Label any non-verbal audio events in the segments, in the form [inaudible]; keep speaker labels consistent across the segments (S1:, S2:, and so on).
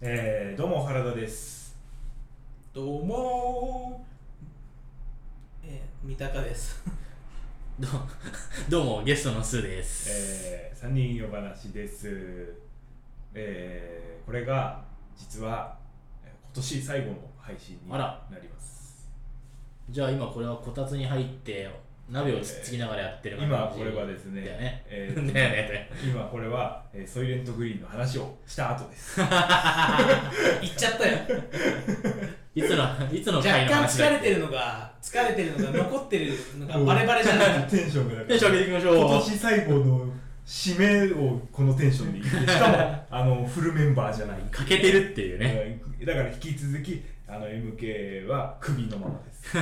S1: えー、どうも原田です。
S2: どうもーえー、三鷹です。 [laughs]
S3: どう [laughs] どうもゲストのスーです、
S1: えー、三人夜話です。えー、これが実はえー今年最後の配信に
S3: あら
S1: なります。
S3: じゃあ今これはこたつに入って鍋をつっつきながらやってる感じ、
S1: 今これはですね、
S3: だよね、
S1: え
S3: だ
S1: ー
S3: よね [laughs]
S1: 今これは、えーソイレントグリーンの話をした後
S3: [laughs]
S1: です。
S2: 言っちゃった [laughs] よ。
S3: いつのいつの
S2: 若
S3: 回の
S2: 干
S3: 話
S2: 疲
S3: だ
S2: れ
S3: って
S2: るのが、疲れてるのが、残ってるのがバレバレじゃない。
S1: テンションがな
S3: テンション上げていきましょう
S1: 今年最後の締めをこのテンションでい
S3: [laughs]
S1: って、しかもあのフルメンバーじゃない。
S3: 欠けてるっていうね、
S1: うんだから引き続きあの MK は首のままです。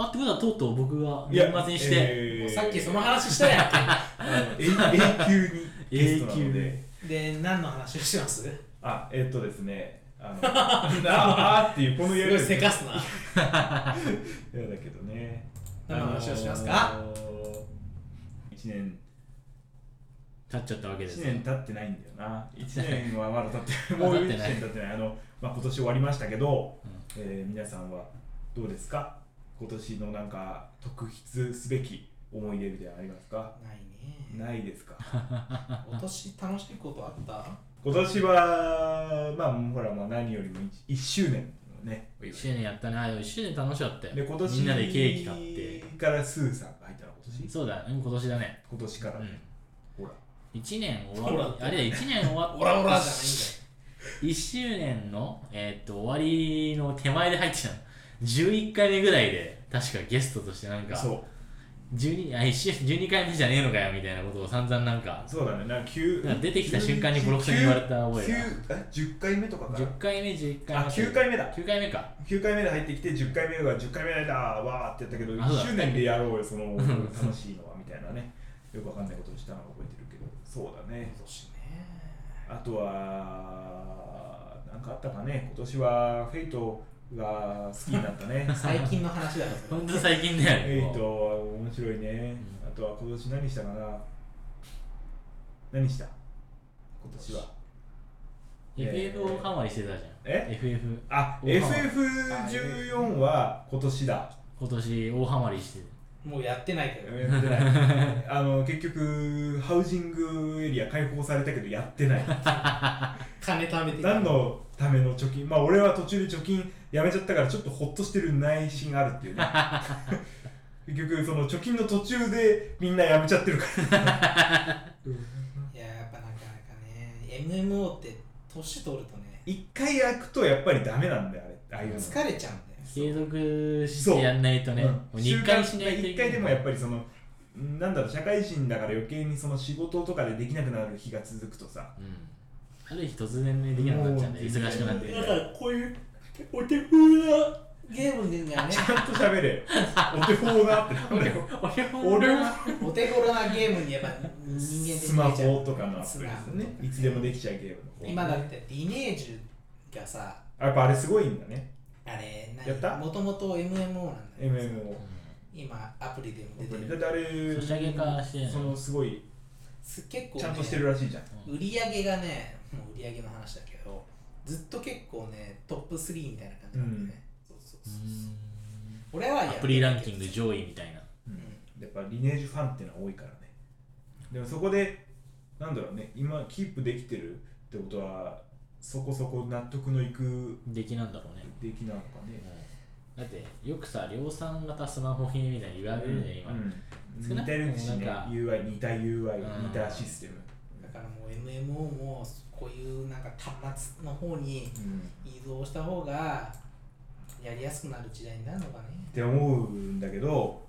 S3: あってことはとうとう僕が年末にして、
S1: え
S2: もう
S1: ー
S2: さっきその話したやん
S1: あのえ
S2: [laughs]
S1: 永久にゲストなの
S3: 永
S1: で
S2: け。で、何の話をしてます
S1: あえっとですねあの [laughs] ああーっていうこのや
S2: す
S1: り
S2: ご
S1: 方
S2: いせかすな。
S1: 嫌だけどね
S2: 何の話をしますか
S1: あのー一年
S3: 経っちゃったわけで
S1: 一
S3: す
S1: 年
S3: ね
S1: 経ってないんだよな一
S3: 経ってない
S1: 年はまだ経ってない
S3: ま
S2: [laughs]
S1: もう
S3: だ
S1: 一
S3: 経ってない
S1: 年経ってないあの、まあ、今年終わりましたけど、
S3: うん
S1: えー皆さんはどうですか今年のなんか特筆すべき思い出みたいなのありますか
S2: ないね。
S1: ないですか
S2: 今年楽しいことあった
S1: 今年は、まあ、ほら、まあ、何よりも 1, 周年のね、
S3: 1年やったねあでも1周年楽しかったよ
S1: で今年
S3: みんなでケーキ買って
S1: からスーさんが入ったの、今年
S3: そうだうん今年だね
S1: 今年から
S3: う
S1: ね、
S3: ん
S1: ほら。
S3: 1年
S2: ほ
S3: 終
S2: ら
S3: わりあれ1年終わ
S2: [laughs]
S3: っ
S2: オラオラじゃないんだよ。
S3: 1周年の、えーっと終わりの手前で入ってたの11回目ぐらいで確かゲストとしてなんか
S1: そう、
S3: 12, あ1周12回目じゃねえのかよみたいなことを散々なんか
S1: そうだね、なんか急
S3: なんか出てきた瞬間にボロクソに言われた覚えが
S1: が。9え10回目とかかな
S3: 10回目11回目
S1: あ、9回目だ。
S3: 9回目か
S1: 9回目で入ってきて、10回目が10回目だ、わーってやったけど、
S3: あそうだ
S1: 1周年でやろうよ、そ
S3: [laughs]
S1: の
S3: ん
S1: 楽しいのは、みたいなね。よくわかんないことをしたのを覚えてるけど、そうだね。
S2: 今年ね。。
S1: あとは、なんかあったかね、今年はフェイトが好きになったね
S2: 最近の話だろ。それ
S3: ほんと最近だ
S1: フ
S3: よ
S1: ェ
S3: も
S1: イ
S3: う
S1: トは面白いね。あとは今年何したかな何した今年は。
S3: FF をカンマリしてたじゃん
S1: え
S3: FF
S1: あ、
S3: 大ハマり
S1: FF14 は今年だ。
S3: 今年大ハマりしてる
S2: もうやってないけど。
S1: やってない。あの、結局、ハウジングエリア開放されたけどやってない。
S2: 金貯めて
S1: 何のための貯金まあ俺は途中で貯金やめちゃったからちょっとほっとしてる内心があるっていうね [laughs] 結局その貯金の途中でみんなやめちゃってるから
S2: いややっぱなかなかね MMO って年取るとね
S1: 一回やくとやっぱりダメなんだよあれああいうの
S2: 疲れちゃうんだよ
S3: 継続してやんないとね、もう
S1: うん
S3: 2回しないとい
S1: 一
S3: けない
S1: 回でもやっぱりそのんなんだろう社会人だから余計にその仕事とかでできなくなる日が続くとさ
S3: うん、ある日突然ねできなくなっちゃうんだよ
S1: もう
S3: 忙しくなって
S1: い
S3: き
S1: や
S3: て
S1: だから
S2: こういうお手風なゲームでね
S1: ちゃんと喋
S3: [laughs]
S1: れよお手法だってなんだよ俺は
S2: お手頃なゲームにやっぱ人間
S1: スマ
S2: できちゃ
S1: ホ
S2: う
S1: とかのアプリですよねいつでもできちゃうゲームの方
S2: 今だってリネージュがさ
S1: やっぱあれすごいんだね
S2: あれ
S1: やった
S2: もともと MMO なんだよ
S1: MMO
S2: 今アプリでも出て
S1: だっ
S2: る
S1: てあれ
S3: ソシャゲ化してんの
S1: そのすごい
S2: す結構、ね、
S1: ちゃんとしてるらしいじゃん、
S2: 売り上げがねもう売り上げの話だけどずっと結構ねトップ3みたいな感じなんだよね、そうそうそうそう俺はや
S3: ア
S2: ってる
S3: プリランキング上位みたいな
S1: やっぱリネージュファンってのは多いからねでもそこでなんだろうね今キープできてるってことはそこそこ納得のいく
S3: 出来なんだろうね、
S1: 出来なのか
S3: うん
S1: ね
S3: だってよくさ量産型スマホ品みたいに言われるね今、
S1: うん
S3: 少
S1: 似
S3: なく
S1: て
S3: とも
S1: るしね
S3: なんか
S1: UI 似た UI
S3: うん
S1: 似たシステム
S2: だからもう MMO もこういうなんか端末の方に
S1: うん
S2: 移動した方がやりやすくなる時代になるのかね
S1: って思うんだけど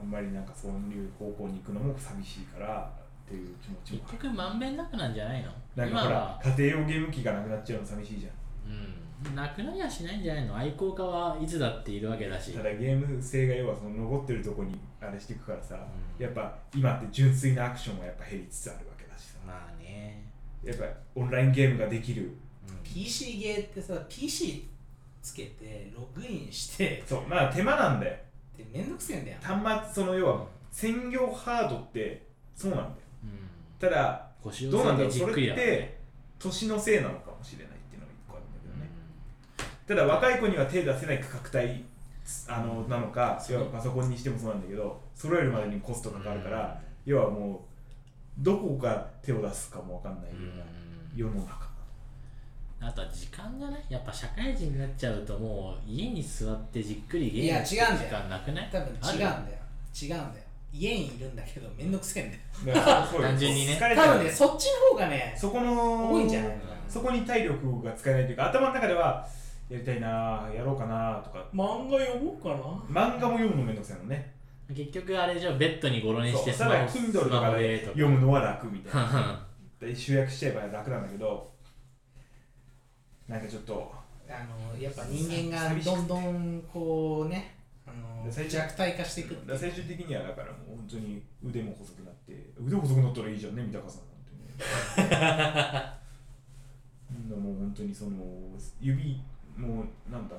S1: あんまりなんかそういう方向に行くのも寂しいからっていう気持ちも
S3: 結
S1: ある
S3: 局まんべんなくなんじゃないの
S1: なんか
S3: 今
S1: ほら
S3: は、
S1: 家庭用ゲーム機がなくなっちゃうの寂しいじゃ
S3: うん、なくなりはしないんじゃないの愛好家はいつだっているわけだし
S1: ん。ただゲーム性が要はその残ってるとこにあれしていくからさ、
S3: うん
S1: やっぱ今って純粋なアクションはやっぱ減りつつあるわけだしさ、
S3: まあね、
S1: やっぱオンラインゲームができる。
S3: うん、
S2: PC ゲーってさ PC つけてログインして
S1: そう、まあ手間なんだよ。
S2: でめんどくせえんだよ
S1: 端末、その要は専業ハードってそうなんだよ。
S3: うん
S1: ただ、
S3: 腰
S1: どう
S3: を
S1: なんだ
S3: 据え
S1: ろ
S3: て
S1: う
S3: じっ
S1: そ
S3: くり
S1: れっ
S3: だからね
S1: て年のせいなのかもしれないっていうのが一個あるんだけどね、ただ若い子には手出せない価格帯あのなのか
S3: そう
S1: 要はパソコンにしてもそうなんだけど揃えるまでにコストがかかるから、要はもうどこが手を出すかもわかんないような世の中
S3: あとは時間じゃないやっぱ社会人になっちゃうともう家に座ってじっくりゲ
S2: い
S3: ー
S2: や
S3: ムして
S2: 違うんだ
S3: る時
S2: よ
S3: 間なくない
S2: 多分違うんだよ
S3: ある
S2: 違うんだよ家にいるんだけどめんどくせえんだよ
S1: だからそうよ
S3: 単純にね
S1: 疲れち
S2: 多
S1: ゃう
S2: 分ねそっちの方がね
S1: そこの
S2: 多いんじゃないの
S1: そこに体力が使えないというか頭の中ではやりたいなやろうかなとか
S2: 漫画読もうかな
S1: 漫画も読むのめんどくさいもんね
S3: 結局あれじゃあベッドにゴロ寝し
S1: そ
S3: て
S1: うただ Kindle とかで読むのは楽みたい
S3: [laughs]
S1: なで集約しちゃえば楽なんだけどなんかちょっと
S2: あのやっぱ人間がどんどんこうねあの
S1: 最初
S2: 弱体化していく
S1: だから最終的にはだからもう本当に腕も細くなって腕細くなったらいいじゃんね三鷹さんなんてね [laughs] みんなもう本当にその指もうなんだ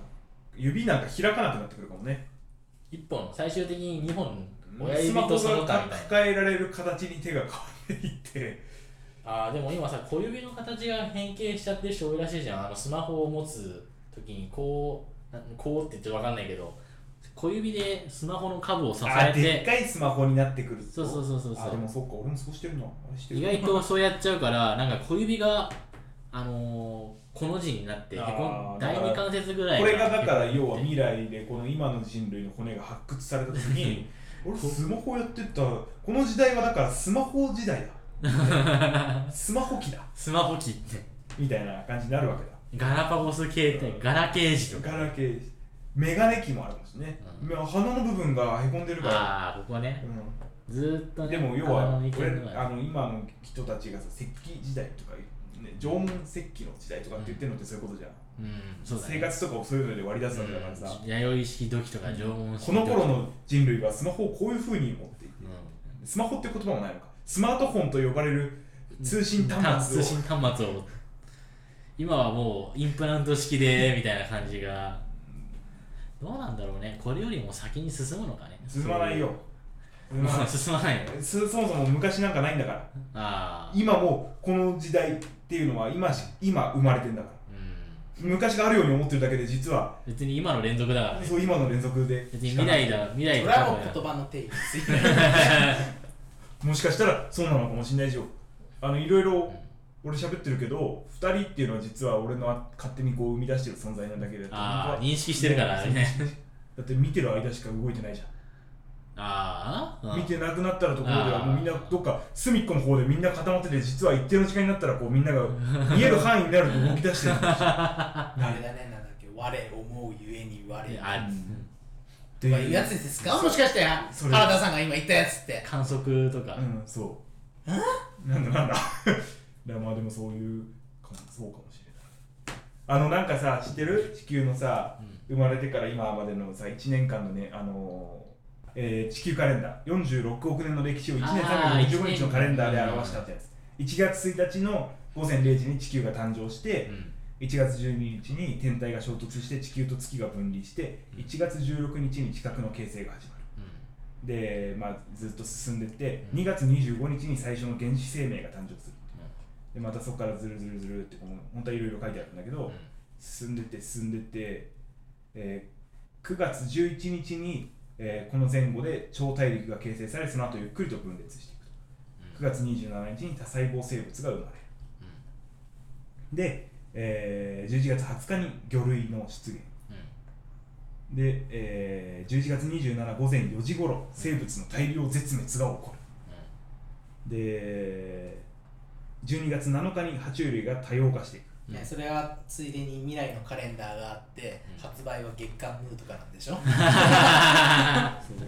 S1: 指なんか開かなくなってくるかもね
S3: 一本最終的に2本親
S1: ス
S3: 指
S1: マホ
S3: とその他
S1: が
S3: みたいな
S1: 抱えられる形に手が変わっていって
S3: あーでも今さ小指の形が変形しちゃってる人多いらしいじゃんあのスマホを持つ時にこうなこうって言って分かんないけど小指でスマホのカブを支
S1: あ
S3: え
S1: ーでってかいスマホになってくると
S3: そうそうそうそう
S1: あ
S3: そ
S1: でも
S3: う
S1: そっか俺もそうしてるなあれしてる
S3: 意外とそうやっちゃうからなんか小指があのー、この字になってへこ
S1: あー
S3: ん第二関節ぐらい
S1: これがだから
S3: へこ
S1: 要
S3: ん
S1: は
S3: で
S1: 未来でこの今の人類の骨が発掘された時
S3: [laughs]
S1: に俺スマホやってたこの時代はだからスマホ時代だスマホ機だ
S3: [laughs] スマホ機って
S1: みたいな感じになるわけだ
S3: ガラパゴス携帯ガラケージとか
S1: ガラケーメガネ機もあるかもしれないね、
S3: うん
S1: いや鼻の部分がへこんでるから、
S3: ああここね
S1: うん
S3: ずーっとね
S1: でも要は
S3: あの意見
S1: 俺
S3: が
S1: あの今の人たちがさ石器時代とか、ね、縄文石器の時代とかって言ってるのってそういうことじゃん、
S3: うんそうだね
S1: 生活とかをそういうので割り出すわけだからさ、
S3: うん弥生式土器とか縄文式
S1: この頃の人類はスマホをこういうふうに持っていて、
S3: うん
S1: スマホって言葉もないのかスマートフォンと呼ばれる通信端末を
S3: 通信端末を今はもうインプラント式でみたいな感じがどうなんだろうねこれよりも先に進むのかね
S1: 進まないよ進ま
S3: ま
S1: な
S3: あ
S1: い
S3: 進まないよ
S1: すそもそも昔なんかないんだから
S3: ああ
S1: 今もうこの時代っていうのは今し今生まれてんだから
S3: うん
S1: 昔があるように思ってるだけで実は
S3: 別に今の連続だからね
S1: そう今の連続で
S3: 別に未来だ未来
S2: それ
S3: だ
S2: はもう言葉の定義ついてる
S1: もしかしたらそうなのかもしれないじゃんあのいろいろ俺喋ってるけど2人っていうのは実は俺の勝手にこう生み出してる存在なんだけど
S3: [laughs] ああ認識してるからね
S1: [laughs] だって見てる間しか動いてないじ
S3: あ
S1: ゃ
S3: あ
S1: ん見てなくなったらところでは
S3: あー
S1: もうみんなどっか隅っこの方でみんな固まってて実は一定の時間になったらこうみんなが見える範囲になると動き出してるんだ
S2: あれだねなんだっけ我思うゆえに我
S3: うん
S2: ま
S3: あ
S1: って
S2: あいうやつですかもしかして原
S1: それ
S2: 田さんが今言ったやつって
S3: 観測とか
S1: うんそうなんだなんだ [laughs] いやまあでもそういうかもそうかもしれないあのなんかさ知ってる地球のさ
S3: うん
S1: 生まれてから今までのさ1年間のねあのーえー地球カレンダー46億年の歴史を1年
S3: あー
S1: 365日のカレンダーで表したってやつ1月1日の午前0時に地球が誕生して、
S3: うん
S1: 1月12日に天体が衝突して地球と月が分離して
S3: うん
S1: 1月16日に地殻の形成が始まる
S3: う
S1: で、まあ、ずっと進んでって、
S3: うん
S1: 2月25日に最初の原始生命が誕生するでまたそこからずるずるずるってこの本当はいろいろ書いてあるんだけど、
S3: ん
S1: 進んでって進んでって、えー9月11日に、えーこの前後で超大陸が形成されその後ゆっくりと分裂していくと9月27日に多細胞生物が生まれるで、えー11月20日に魚類の出現
S3: うん
S1: で、えー11月27午前4時頃生物の大量絶滅が起こるで12月7日に爬虫類が多様化していく
S3: うん
S2: ねそれはついでに未来のカレンダーがあって
S3: うん
S2: 発売は月刊ムーとかなんでしょ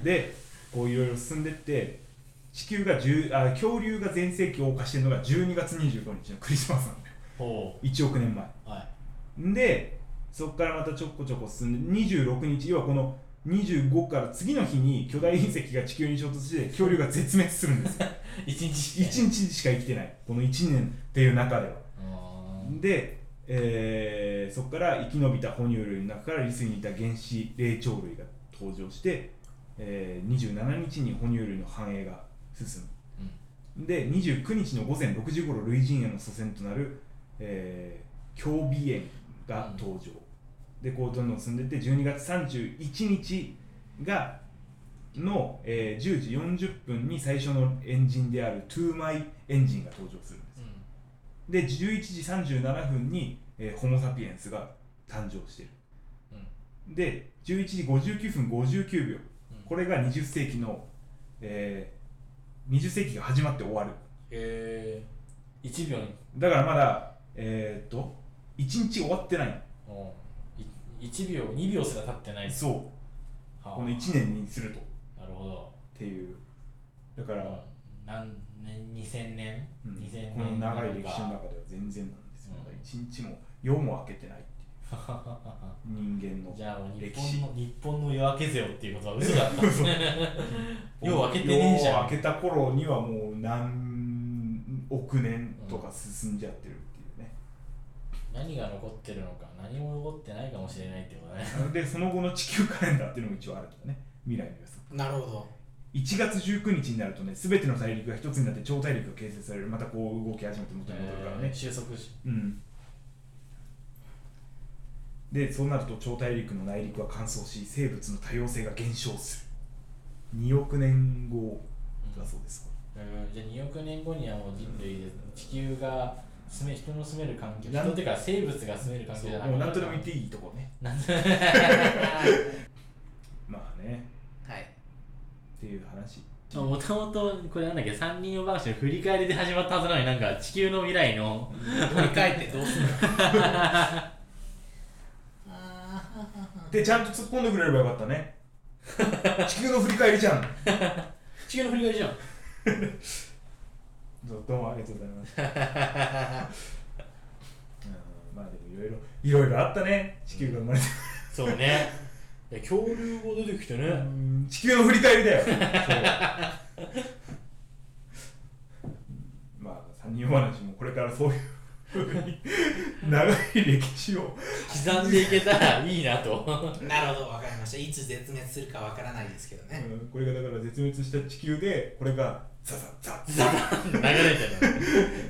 S1: でこういろいろ進んでって地球が10あ恐竜が全盛期を謳歌してるのが12月25日のクリスマスなんだよ
S3: ほ
S1: 1億年
S3: うはい
S1: 前でそこからまたちょこちょこ進んで26日要はこの25から次の日に巨大隕石が地球に衝突して恐竜が絶滅するんです [laughs] よ
S3: 一日し
S1: 1日しか生きてないこの1年っていう中では
S3: うん
S1: で、えーそこから生き延びた哺乳類の中からリスにいた原始霊長類が登場して、えー27日に哺乳類の繁栄が進むで29日の午前6時頃類人猿の祖先となる、えー胸鼻炎が登場、でこうどんどん進んでいって12月31日がの、えー10時40分に最初のエンジンであるトゥーマイエンジンが登場するんですで11時37分に、えーホモ・サピエンスが誕生してるで11時59分59秒こ
S3: れ
S1: れが20世紀の、えー20世紀が始まって終わる
S3: えー、1秒に
S1: だからまだえーっと1日終わってない
S3: うんい1秒2秒すら経ってないです
S1: そう
S3: はあ
S1: この1年にするとっ
S3: なるほど
S1: ていうだから、
S3: 何年2000年、
S1: うん
S3: 2000年
S1: この長い歴史の中では全然なんですよ、
S3: うん
S1: まだ1日も夜も明けてないっていう人間の
S3: じゃあもう日
S1: 歴
S3: 本
S1: 史
S3: の日本の夜明けぜよっていうことは嘘だったんですね夜明けてねえじ
S1: 夜
S3: ゃ
S1: 明
S3: ん
S1: けた頃にはもう何億年とか進んじゃってるっていうね、
S3: 何が残ってるのか何も残ってないかもしれないってことね
S1: でその後の地球カレンダーっていうのも一応あるんだね未来の予測
S2: なるほど。
S1: 1月19日になるとね全ての大陸が一つになって超大陸が形成されるまたこう動き始めて元に戻るからね
S3: えー、収束し
S1: うんでそうなると超大陸の内陸は乾燥し生物の多様性が減少する2億年後だそうです、
S3: えーじゃあ2億年後にはもう人類で地球が住め人の住める環境
S1: なん
S3: 人っていうか生物が住める環境
S1: そう
S3: じゃな
S1: もう何とでも言って
S3: い
S1: いいとこね
S3: なん
S1: まあね
S2: はい。
S1: っていう話
S3: [laughs] もともとこれなんだっけ三人の話の振り返りで始まったはずなのになんか地球の未来の
S2: 振り返ってどうするのあー
S1: でちゃんと突っ込んでくれればよかった [laughs] ね地球の振り返りじゃん
S3: 地球の振り返りじゃん
S1: どうどうもありがとうございますうんまあでもいろいろいろいろあったね地球が生まれて
S3: そうねいや恐竜が出てきてね、
S1: うん地球の振り返りだよそうまあ三人お話もこれからそういうふうに長い歴史を
S3: 刻んでいけたらいいなと
S2: なるほど、わかりました。いつ絶滅するかわからないですけどね。
S1: うんこれがだから絶滅した地球でこれがザザザザ
S3: 流れてる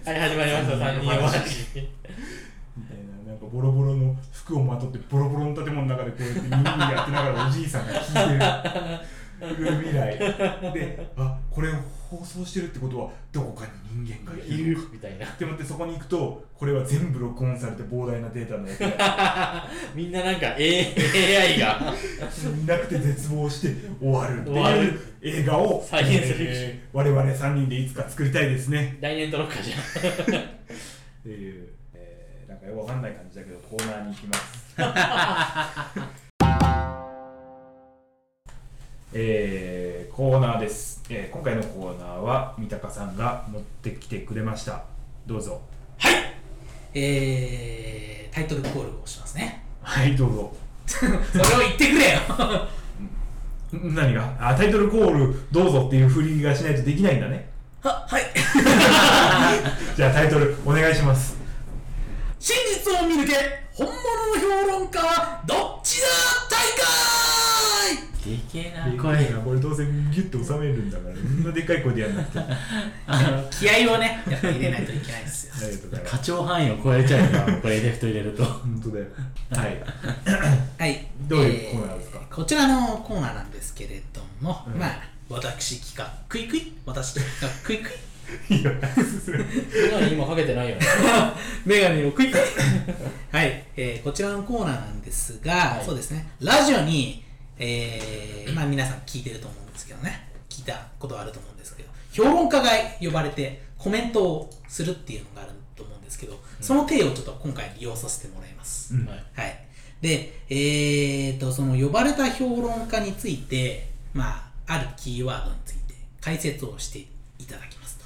S3: はい始まりました三人の話
S1: みたいななんかボロボロの服をまとってボロボロの建物の中でこうやって耳にやってながらおじいさんが聞いてる未来であこれを放送してるってことはどこかに人間がい
S3: い
S1: る
S3: るみたいな
S1: って思ってそこに行くとこれは全部録音されて膨大なデータのやつが
S3: みんななんか A- AI が
S1: いなくて絶望して終わるって
S3: 終わ
S1: い
S3: る
S1: う映画を
S3: 再現する
S1: えー我々3人でいつか作りたいですね
S3: 来年撮ろうかじゃ
S1: っていう、えーなんかよくわかんない感じだけどコーナーに行き [laughs] ます。えーコーナーです、えー今回のコーナーは三鷹さんが持ってきてくれましたどうぞ
S2: えー、タイトルコールをしますね。
S1: はいどうぞ
S2: それを言ってくれよ
S1: ん何があタイトルコールどうぞっていう振りがしないとできないんだね
S2: は、はい。
S1: [laughs] じゃあタイトルお願いします
S2: 真実を見抜け本物の評論家はどっちだ大会
S3: んでけえ
S1: でかいなこれどうせギュッと収めるんだからそんなでっかい声でやんなくてもあ
S2: 気合をね、やっぱ入れないといけないですよ。
S1: りがとうございま
S3: 課
S1: す
S3: 長範囲を超えちゃうな [laughs] これエレクト入れると
S1: 本当だよはい
S2: はい。
S1: どういうコーナーですか
S2: えこちらのコーナーなんですけれども、
S1: うん
S2: まあ、私企画、クイクイ、私企画、クイクイ、
S1: いや進め
S3: 今今かけてないよね
S2: [laughs] メガネをクイクイ。はい、えーこちらのコーナーなんですが、
S3: はい
S2: そうですね、ラジオに、えーまあ皆さん聞いてると思うんですけどね、聞いたことはあると思うんですけど、評論家が呼ばれてコメントをするっていうのがあると思うんですけど、その体をちょっと今回利用させてもらいます。
S1: うん
S3: はい
S2: はい。で、えー、と、その呼ばれた評論家について、まあ、あるキーワードについて解説をしていただきますと。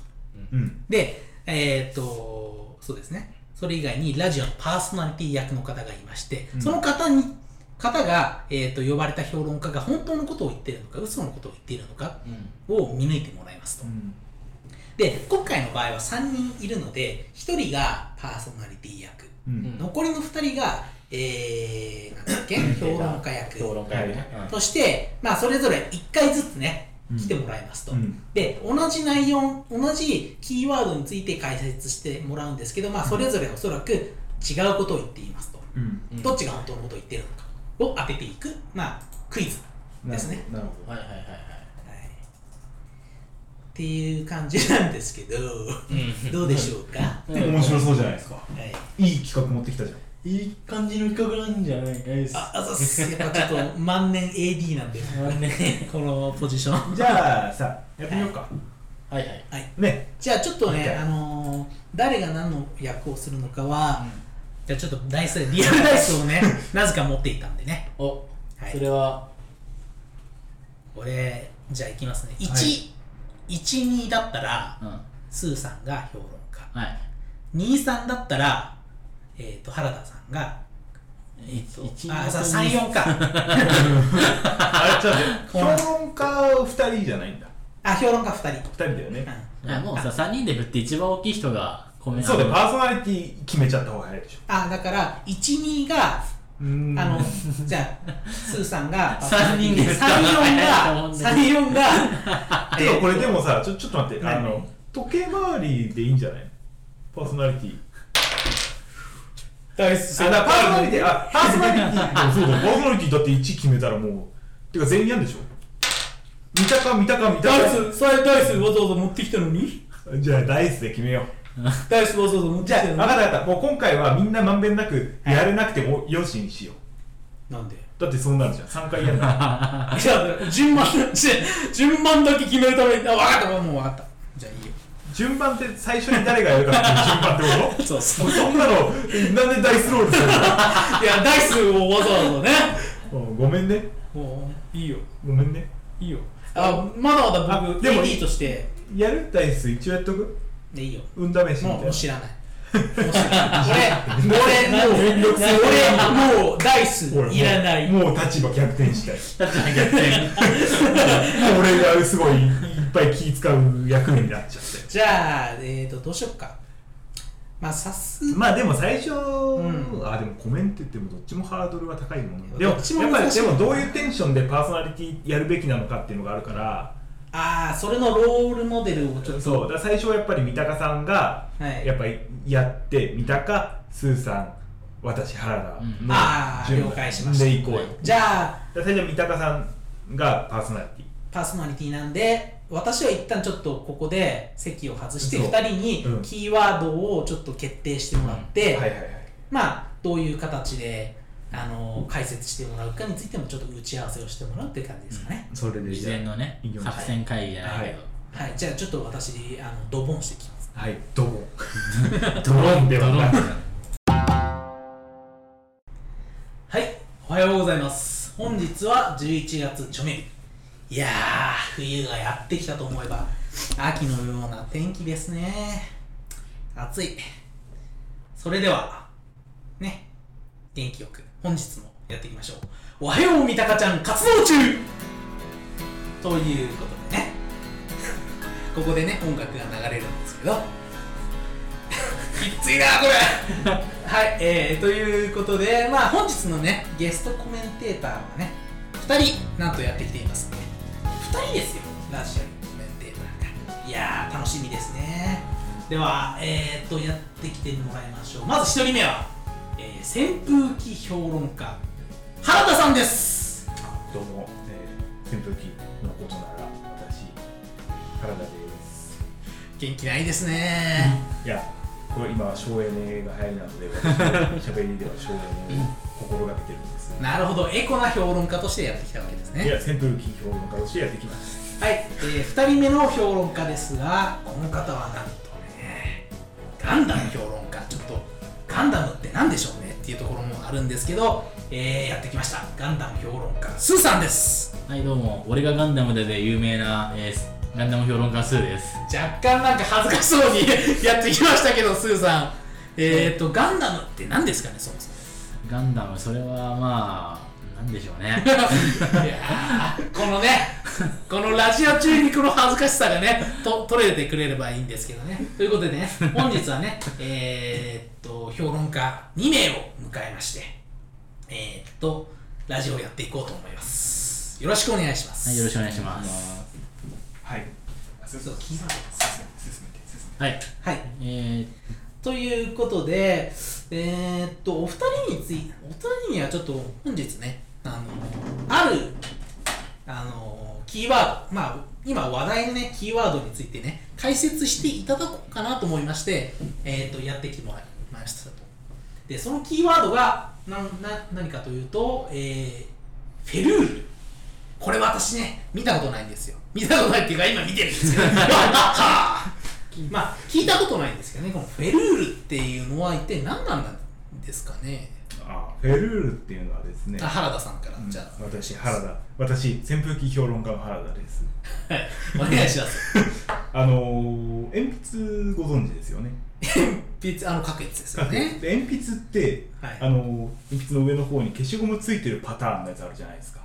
S1: うん
S2: で、えー、と、そうですね。それ以外にラジオのパーソナリティ役の方がいまして、
S1: うん
S2: その方に、方が、えー、と呼ばれた評論家が本当のことを言っているのか、嘘のことを言っているのか
S3: う
S2: を見抜いてもらいますと。で、今回の場合は3人いるので、1人がパーソナリティ役、
S1: うんん
S2: 残りの2人が、えー、なんだっけ、評論家役
S3: 評論家役ね
S2: そして、まあ、それぞれ1回ずつね、
S1: うん
S2: 来てもらいますと、
S1: うん
S2: で同じ内容同じキーワードについて解説してもらうんですけど、まあ、それぞれおそらく違うことを言っていますと、
S1: うん
S3: うん
S2: どっちが本当のことを言っているのかを当てていく、まあ、クイズ
S1: な
S2: ですね、
S1: なるほ
S3: はいはいはいはい
S2: はい、っていう感じなんです
S3: [laughs]
S2: けど
S3: うん
S2: どうでしょうか、は
S1: ど。で面白そうじゃないですか。
S2: い、
S1: いい企画持ってきたじゃん。
S3: いい感じの企画なんじゃないです
S2: ああざっすやっぱちょっと万年 AD なんで
S3: ね
S2: このポジションは
S1: じゃあさ、やってみようか。
S3: はいはい
S2: い
S1: ね。
S2: じゃあちょっと
S1: 見
S2: ね、
S1: て
S2: あのー誰が何の役をするのかは、
S3: う
S2: じゃあちょっとダイスリアルダイスを
S3: [laughs]
S2: ねなぜか持っていたんでね
S3: んお
S2: はい
S3: それは
S2: これじゃあいきますね
S1: は
S2: 112、1 2だったら
S3: うんは
S2: スーさんが評論家
S3: い
S2: 23だったら、えー、と原田さんがえっ、と
S3: 一
S2: あ
S3: 二
S2: さ
S3: 三
S2: 34か
S1: あれ、ちょっと、評論家2人じゃないんだ。
S2: あ評論家2人
S1: 2人だよね。
S3: あもうさ3人で振って一番大きい人がコメント
S1: そうだよ、パーソナリティ決めちゃった方が早いでしょ。
S2: あだから12が
S1: うーん
S2: あの、じゃあ、スーさんが、
S3: 三人ですか
S2: 三
S3: 早いと思う
S2: 四が、
S3: んだ
S2: 三四が、
S1: てかこれでもさ、ちょ、ちょっと待って、あ
S2: 何
S1: の、時計回りでいいんじゃないパーソナリティ。[laughs] あ、だからパーソ
S2: 大好
S1: ナリティ、あ、パーソナリティ、でもそうだ、パーソナリティだって1決めたらもう、てか全員やんでしょ見たか見たか見たか。
S2: ス、それダイスわざわざ持ってきたのに
S1: じゃあ、ダイスで決めよう。
S2: ダイスわざわざ持っ
S1: じゃあ、分かった分かった。もう今回はみんなまんべんなく、やれなくてもよしにしよう。
S2: なんで
S1: だってそうなるじゃん。3回やる [laughs] から。
S2: じゃあ、順番、順番だけ決めるために、あ、わかった、もうわかった。じゃあいいよ。
S1: 順番って最初に誰がやるかっていう順番ってこと
S2: そうそ
S1: もうそんなの、なんでダイスロールする
S2: う。いや、ダイスをわざわざね。
S1: [laughs] のうんごめんね。
S2: もう、いいよ、
S1: ごめんね。
S2: いいよ。あ、まだまだ僕、
S1: あでも
S2: AD として、
S1: やるダイス一応やっとく
S2: でいいよ。
S1: 運試しみた
S2: もう
S1: い
S2: も
S1: な
S2: う。知らない。もう知らない俺、俺、もう、
S3: 全力戦
S2: 俺、もう、ダイス
S1: ほらもう
S2: いらない。
S1: もう立場逆転したい。
S3: 立場逆転
S1: [laughs] 俺がすごいいっぱい気使う役目になっちゃって。
S2: じゃあ、えーと、どうしよっか。まあ、さす
S1: まあでも最初、
S2: ん
S1: あでもコメントって言ってもどっちもハードルは高いものでも
S2: どっちも
S1: やっぱ
S2: 難
S1: り
S2: しい
S1: でもどういうテンションでパーソナリティやるべきなのかっていうのがあるから
S2: ああ、それのロールモデルをちょっと。
S1: そうだから最初はやっぱり三鷹さんが
S2: はい
S1: やっぱりやって三鷹スーさん私原田
S3: うん
S1: の
S2: あー
S1: 順番
S2: 了解しました
S1: でいこうよ
S3: はい
S1: だか
S2: じゃあ、
S1: ら最初は三鷹さんがパーソナリティ
S2: パーソナリティなんで、私は一旦ちょっとここで席を外して、
S1: そう
S2: 二人に
S1: うん
S2: キーワードをちょっと決定してもらって、
S1: はいはいはい
S2: まあ、どういう形で、あの解説してもらうかについてもちょっと打ち合わせをしてもらうっていう感じですかね。
S1: それで
S3: 事前のね
S1: いきましょう
S3: 作戦会議じゃないけど
S2: はい、じゃあちょっと私、あのドボンしてきます。
S1: はいドボンドボンではなく
S2: はい、おはようございます。本日は11月ちょめ日。いやー、冬がやってきたと思えば、秋のような天気ですね。暑い。それでは、ね、元気よく、本日もやっていきましょう。おはようみたかちゃん活動中ということでね、ここでね、音楽が流れるんですけど、 [laughs] きついな、これはい、えー、ということで、まあ、本日のね、ゲストコメンテーターはね、2人、なんとやってきていますね。2人ですよ、ラジオのコメンテーターが。いやー、楽しみですね。では、えー、と、やってきてもらいましょう。まず1人目は、えー、扇風機評論家、原田さんです。
S1: どうも、えー、扇風機のことなら私原田です
S2: 元気ないですね。
S1: いやこれ今省エネが流行りなので私の喋りでは省エネを心がけてるんです
S2: なるほど、エコな評論家としてやってきたわけですね。
S1: いや扇風機評論家としてやってきまし
S2: はい、えー、2人目の評論家ですがこの方はなんとねガンダム評論家ちょっとガンダムって何でしょうねっていうところもあるんですけど、えー、やってきましたガンダム評論家スーさんです
S3: はいどうも俺がガンダムでで有名な、えーガンダム評論家スーです
S2: 若干なんか恥ずかしそうに [laughs] やってきましたけどスーさんえっ、ー、とガンダムって何ですかねそもそも
S3: ガンダムそれはまあなんでしょ
S2: [laughs]
S3: うね
S2: いやーこのねこのラジオ中にこの恥ずかしさがねと取れてくれればいいんですけどねということでね本日はね [laughs] えーっと評論家2名を迎えましてえーっとラジオをやっていこうと思いますよろしくお願いします、
S3: はいよろしくお願いします
S1: はい。あすいませ
S2: そ
S1: ん
S2: うキーワードです
S1: 進めて進めて
S3: はい。
S2: はい
S3: え
S2: ということで、えーっと、お二人についお二人にはちょっと本日ね、あの、ある、あの、キーワード、まあ、今話題のね、キーワードについてね、解説していただこうかなと思いまして、えーっと、やってきてもらいましたと。で、そのキーワードが、な、な、何かというと、えー、フェルール。これ私ね、見たことないんですよ。見たことないっていうか、今見てるんですけど。まあ、聞いたことないんですけどね、このフェルールっていうのは一体何なんですかね。
S1: あフェルールっていうのはですね
S2: あ、原田さんから、
S1: うん
S2: じゃあ、
S1: 私原田私扇風機評論家の原田です
S2: はいお願いします。
S1: あのー鉛筆ご存知ですよね
S2: 鉛筆、あの、書くやつですよね。
S1: で鉛筆って、
S2: はい
S1: あのー鉛筆の上の方に消しゴムついてるパターンのやつあるじゃないですか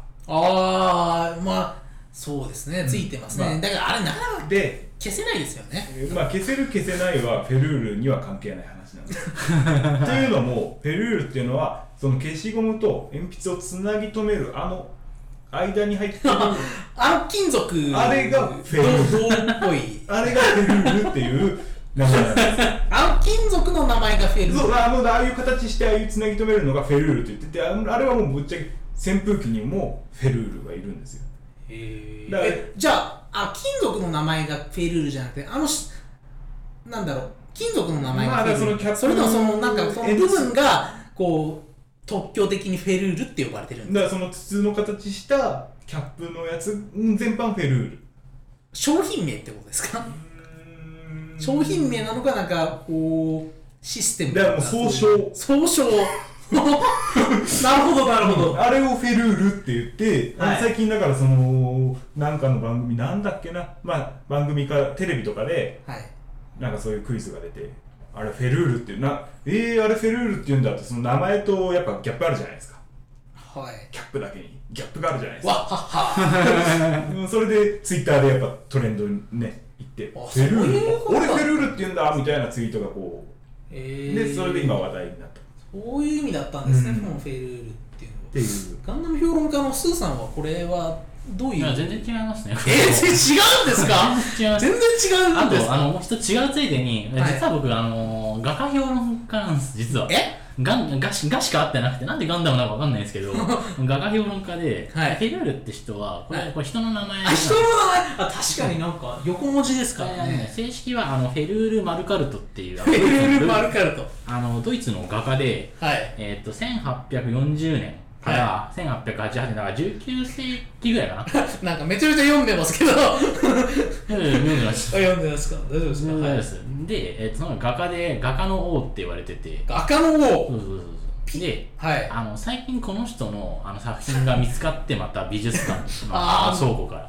S2: ああ、まあ、そうですね、ついてますね。
S1: まあ
S2: だから、あれ、なかなか
S1: で、
S2: 消せないですよね。
S1: えーまあ、消せる消せないはフェルールには関係ない話なんですというのもフェルールっていうのはその消しゴムと鉛筆をつなぎ止めるあの間に入ってる
S2: あの金属、
S1: あれがフェルール
S2: 銅銅っぽい。
S1: あれがフェルールっていう名前なんです
S2: あの金属の名前がフェル [laughs] ー
S1: そう
S2: ル。
S1: あのああいう形してああいうつなぎ止めるのがフェルールと言っててあのあれはもうぶっちゃけ扇風機にもフェルールがいるんですよ
S2: へー
S1: だから
S2: えじゃああ、金属の名前がフェルールじゃなくて、あのし、なんだろう、金属の名前が
S1: まあ
S2: フェルール、
S1: だから
S2: そ
S1: そ
S2: れ
S1: の
S2: と
S1: キャ
S2: も
S1: ップ
S2: その、なんかその
S1: え
S2: 部分が、こう、特許的にフェルールって呼ばれてるん
S1: だ
S2: で
S1: からその筒の形したキャップのやつうん全般フェルール
S2: 商品名ってことですか
S1: うーん
S2: 商品名なのか、なんか、こう、システム
S1: だからもう
S2: なの
S1: 総
S2: か
S1: 称
S2: 総称。
S1: [laughs]
S2: なるほど、なるほど。
S1: あれをフェルールって言って、あの
S2: はい
S1: 最近だからそのなんかの番組なんだっけなまあ番組かテレビとかで
S2: はい。
S1: なんかそういうクイズが出てあれフェルールっていうなえー、あれフェルールって言うんだってその名前とやっぱギャップあるじゃないですか
S2: はい。
S1: キャップだけにギャップがあるじゃないですか
S2: わっはっは。
S1: うんそれでツイッターでやっぱトレンドにね行って
S2: あ
S1: フェル
S2: そう
S1: ー
S2: いう
S1: ル
S2: こと
S1: 俺フェルールって言うんだみたいなツイートがこう
S2: で
S1: でそれで今話題になったっ
S2: そういう意味だったんですね、
S1: うん
S2: このフェルールっていうのは
S1: て。いう
S2: ガンダム評論家のスーさんはこれはどう
S3: ー、
S2: い
S3: いうや全然違いますね。
S2: え全然違うんですか
S3: [laughs] 全然違います
S2: 全然違
S3: あ
S2: うんです
S3: と、
S2: か
S3: あの、もう一つ違うついでに、
S2: はい
S3: 実は僕、あの、画家評論家なんです、実は。
S2: え
S3: ガンガシガしか合ってなくて、なんでガンダムなのかわかんないですけ
S2: [laughs]
S3: ど、画家評論家で、
S2: はい
S3: フェルールって人は、これ、
S2: はい
S3: これ人の名前
S2: あ
S3: なんです
S2: 人の名前あ確かになんか横文字ですからね
S3: 正式はあのフェルール・マルカルトっていうあ
S2: フ
S3: の
S2: ェルール・マルカルト
S3: あのドイツの画家で、
S2: はい
S3: えー、と1840年から1888年だから19世紀ぐらいかな
S2: なんかめちゃめちゃ読んでますけ
S3: [laughs]
S2: どあ
S3: うんうんです
S2: 読んでますか大丈夫ですか、はい、
S3: で、えーとその画家で画家の王って言われてて
S2: 画家の王
S3: そうそうそうそうで
S2: はい
S3: あの最近この人のあの作品が見つかってまた美術館
S2: [laughs] あー
S3: の倉庫から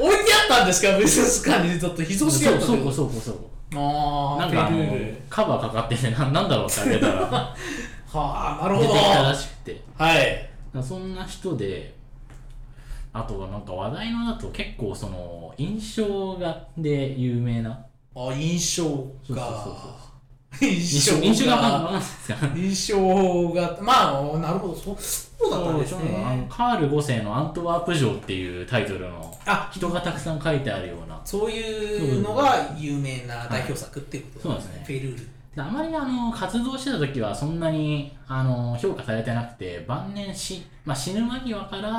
S2: 置いてあったんですか美術館にちょっとひそし
S3: そ
S2: か
S3: う
S2: った
S3: 倉
S2: け
S3: 庫
S2: ど
S3: 倉庫倉庫
S2: あ
S3: な
S2: あ
S3: ん
S2: フ
S3: かあ
S2: ェル
S3: の
S2: ール
S3: カバーかかっててななんだろうって開けた
S2: [laughs]
S3: ら
S2: はあなる
S3: 出
S2: ほ
S3: て
S2: ど
S3: きたらしくて
S2: はい
S3: そんな人であとはなんか話題のだと結構その印象がで有名な
S2: あ印象
S3: そうそうそう
S2: が [laughs] 印象
S3: 印象が
S2: が
S3: わかんないですか
S2: 印象がまあなるほどそうそうだったんです
S3: あの
S2: ね
S3: カール5世の「アントワープ城」っていうタイトルの
S2: あ
S3: 人がたくさん書いてあるような
S2: そういうのが有名な代表作っていうことなん
S3: はい
S2: フェルール
S3: であまりあの活動してた時はそんなにあの評価されてなくて晩年し、まあ、死ぬ間際から、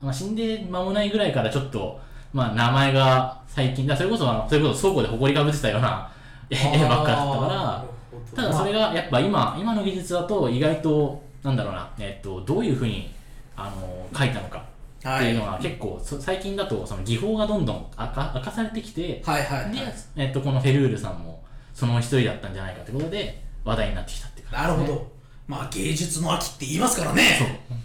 S3: まあ、死んで間もないぐらいからちょっと、まあ、名前が最近だそれこそあのそれこそ倉庫で埃かぶってたような絵絵ばっかだったからただそれ
S2: が
S3: がやっぱ今今の技術だと意外となんだろうな、えっと、どういうふうにあの書いたのかっ
S2: は
S3: てい
S2: いう
S3: の
S2: は
S3: が結構、そ最近だとその技法がどんどん明か明かされてきて、
S2: いはい
S3: で、えっと、このフェルールさんもその一人だったんじゃないかということで話題になってきたっていう
S2: なるほ
S3: 感じですね、
S2: どまあ芸術の秋って言いますからね
S3: そ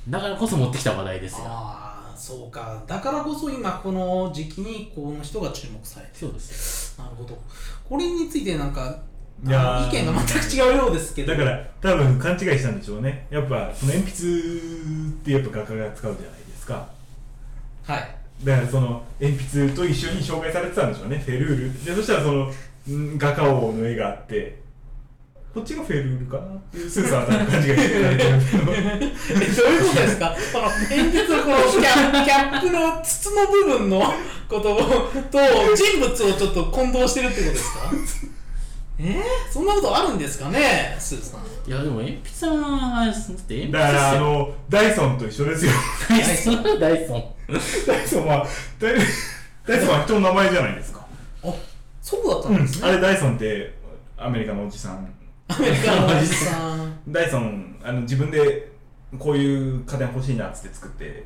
S3: うだからこそ持ってきた話題ですよ
S2: ああそうかだからこそ今この時期にこの人が注目されて
S3: そうです
S2: なるほどこれについてなんか
S1: いやー
S2: 意見が全く違うようですけど
S1: だから多分勘違いしたんでしょうねやっぱその鉛筆ってやっぱ画家が使うじゃないですか
S2: はい
S1: だからその鉛筆と一緒に紹介されてたんでしょうねフェルールでそしたらそのん画家王の絵があってこっちがフェルールかなっていうスーさんは多分勘違いしてたんでし [laughs] ょうけど
S2: えどういうことですかその鉛筆のこのキャキャップの筒の部分のことと人物をちょっと混同してるってことですかえー、そんなことあるんですかねスーさん
S3: いや、でも鉛筆は、だって鉛筆
S1: だからあのダイソンと一緒ですよ [laughs]
S3: [laughs] いやそれはダイソン。
S1: ダイソンはダイダイソンは人の名前じゃないですか、
S2: あそうだった
S1: うんん
S2: です、ね、
S1: あれダイソンってアメリカのおじさん
S2: アメリカのおじさん
S1: ダイソンあの自分でこういう家電欲しいなっつって作って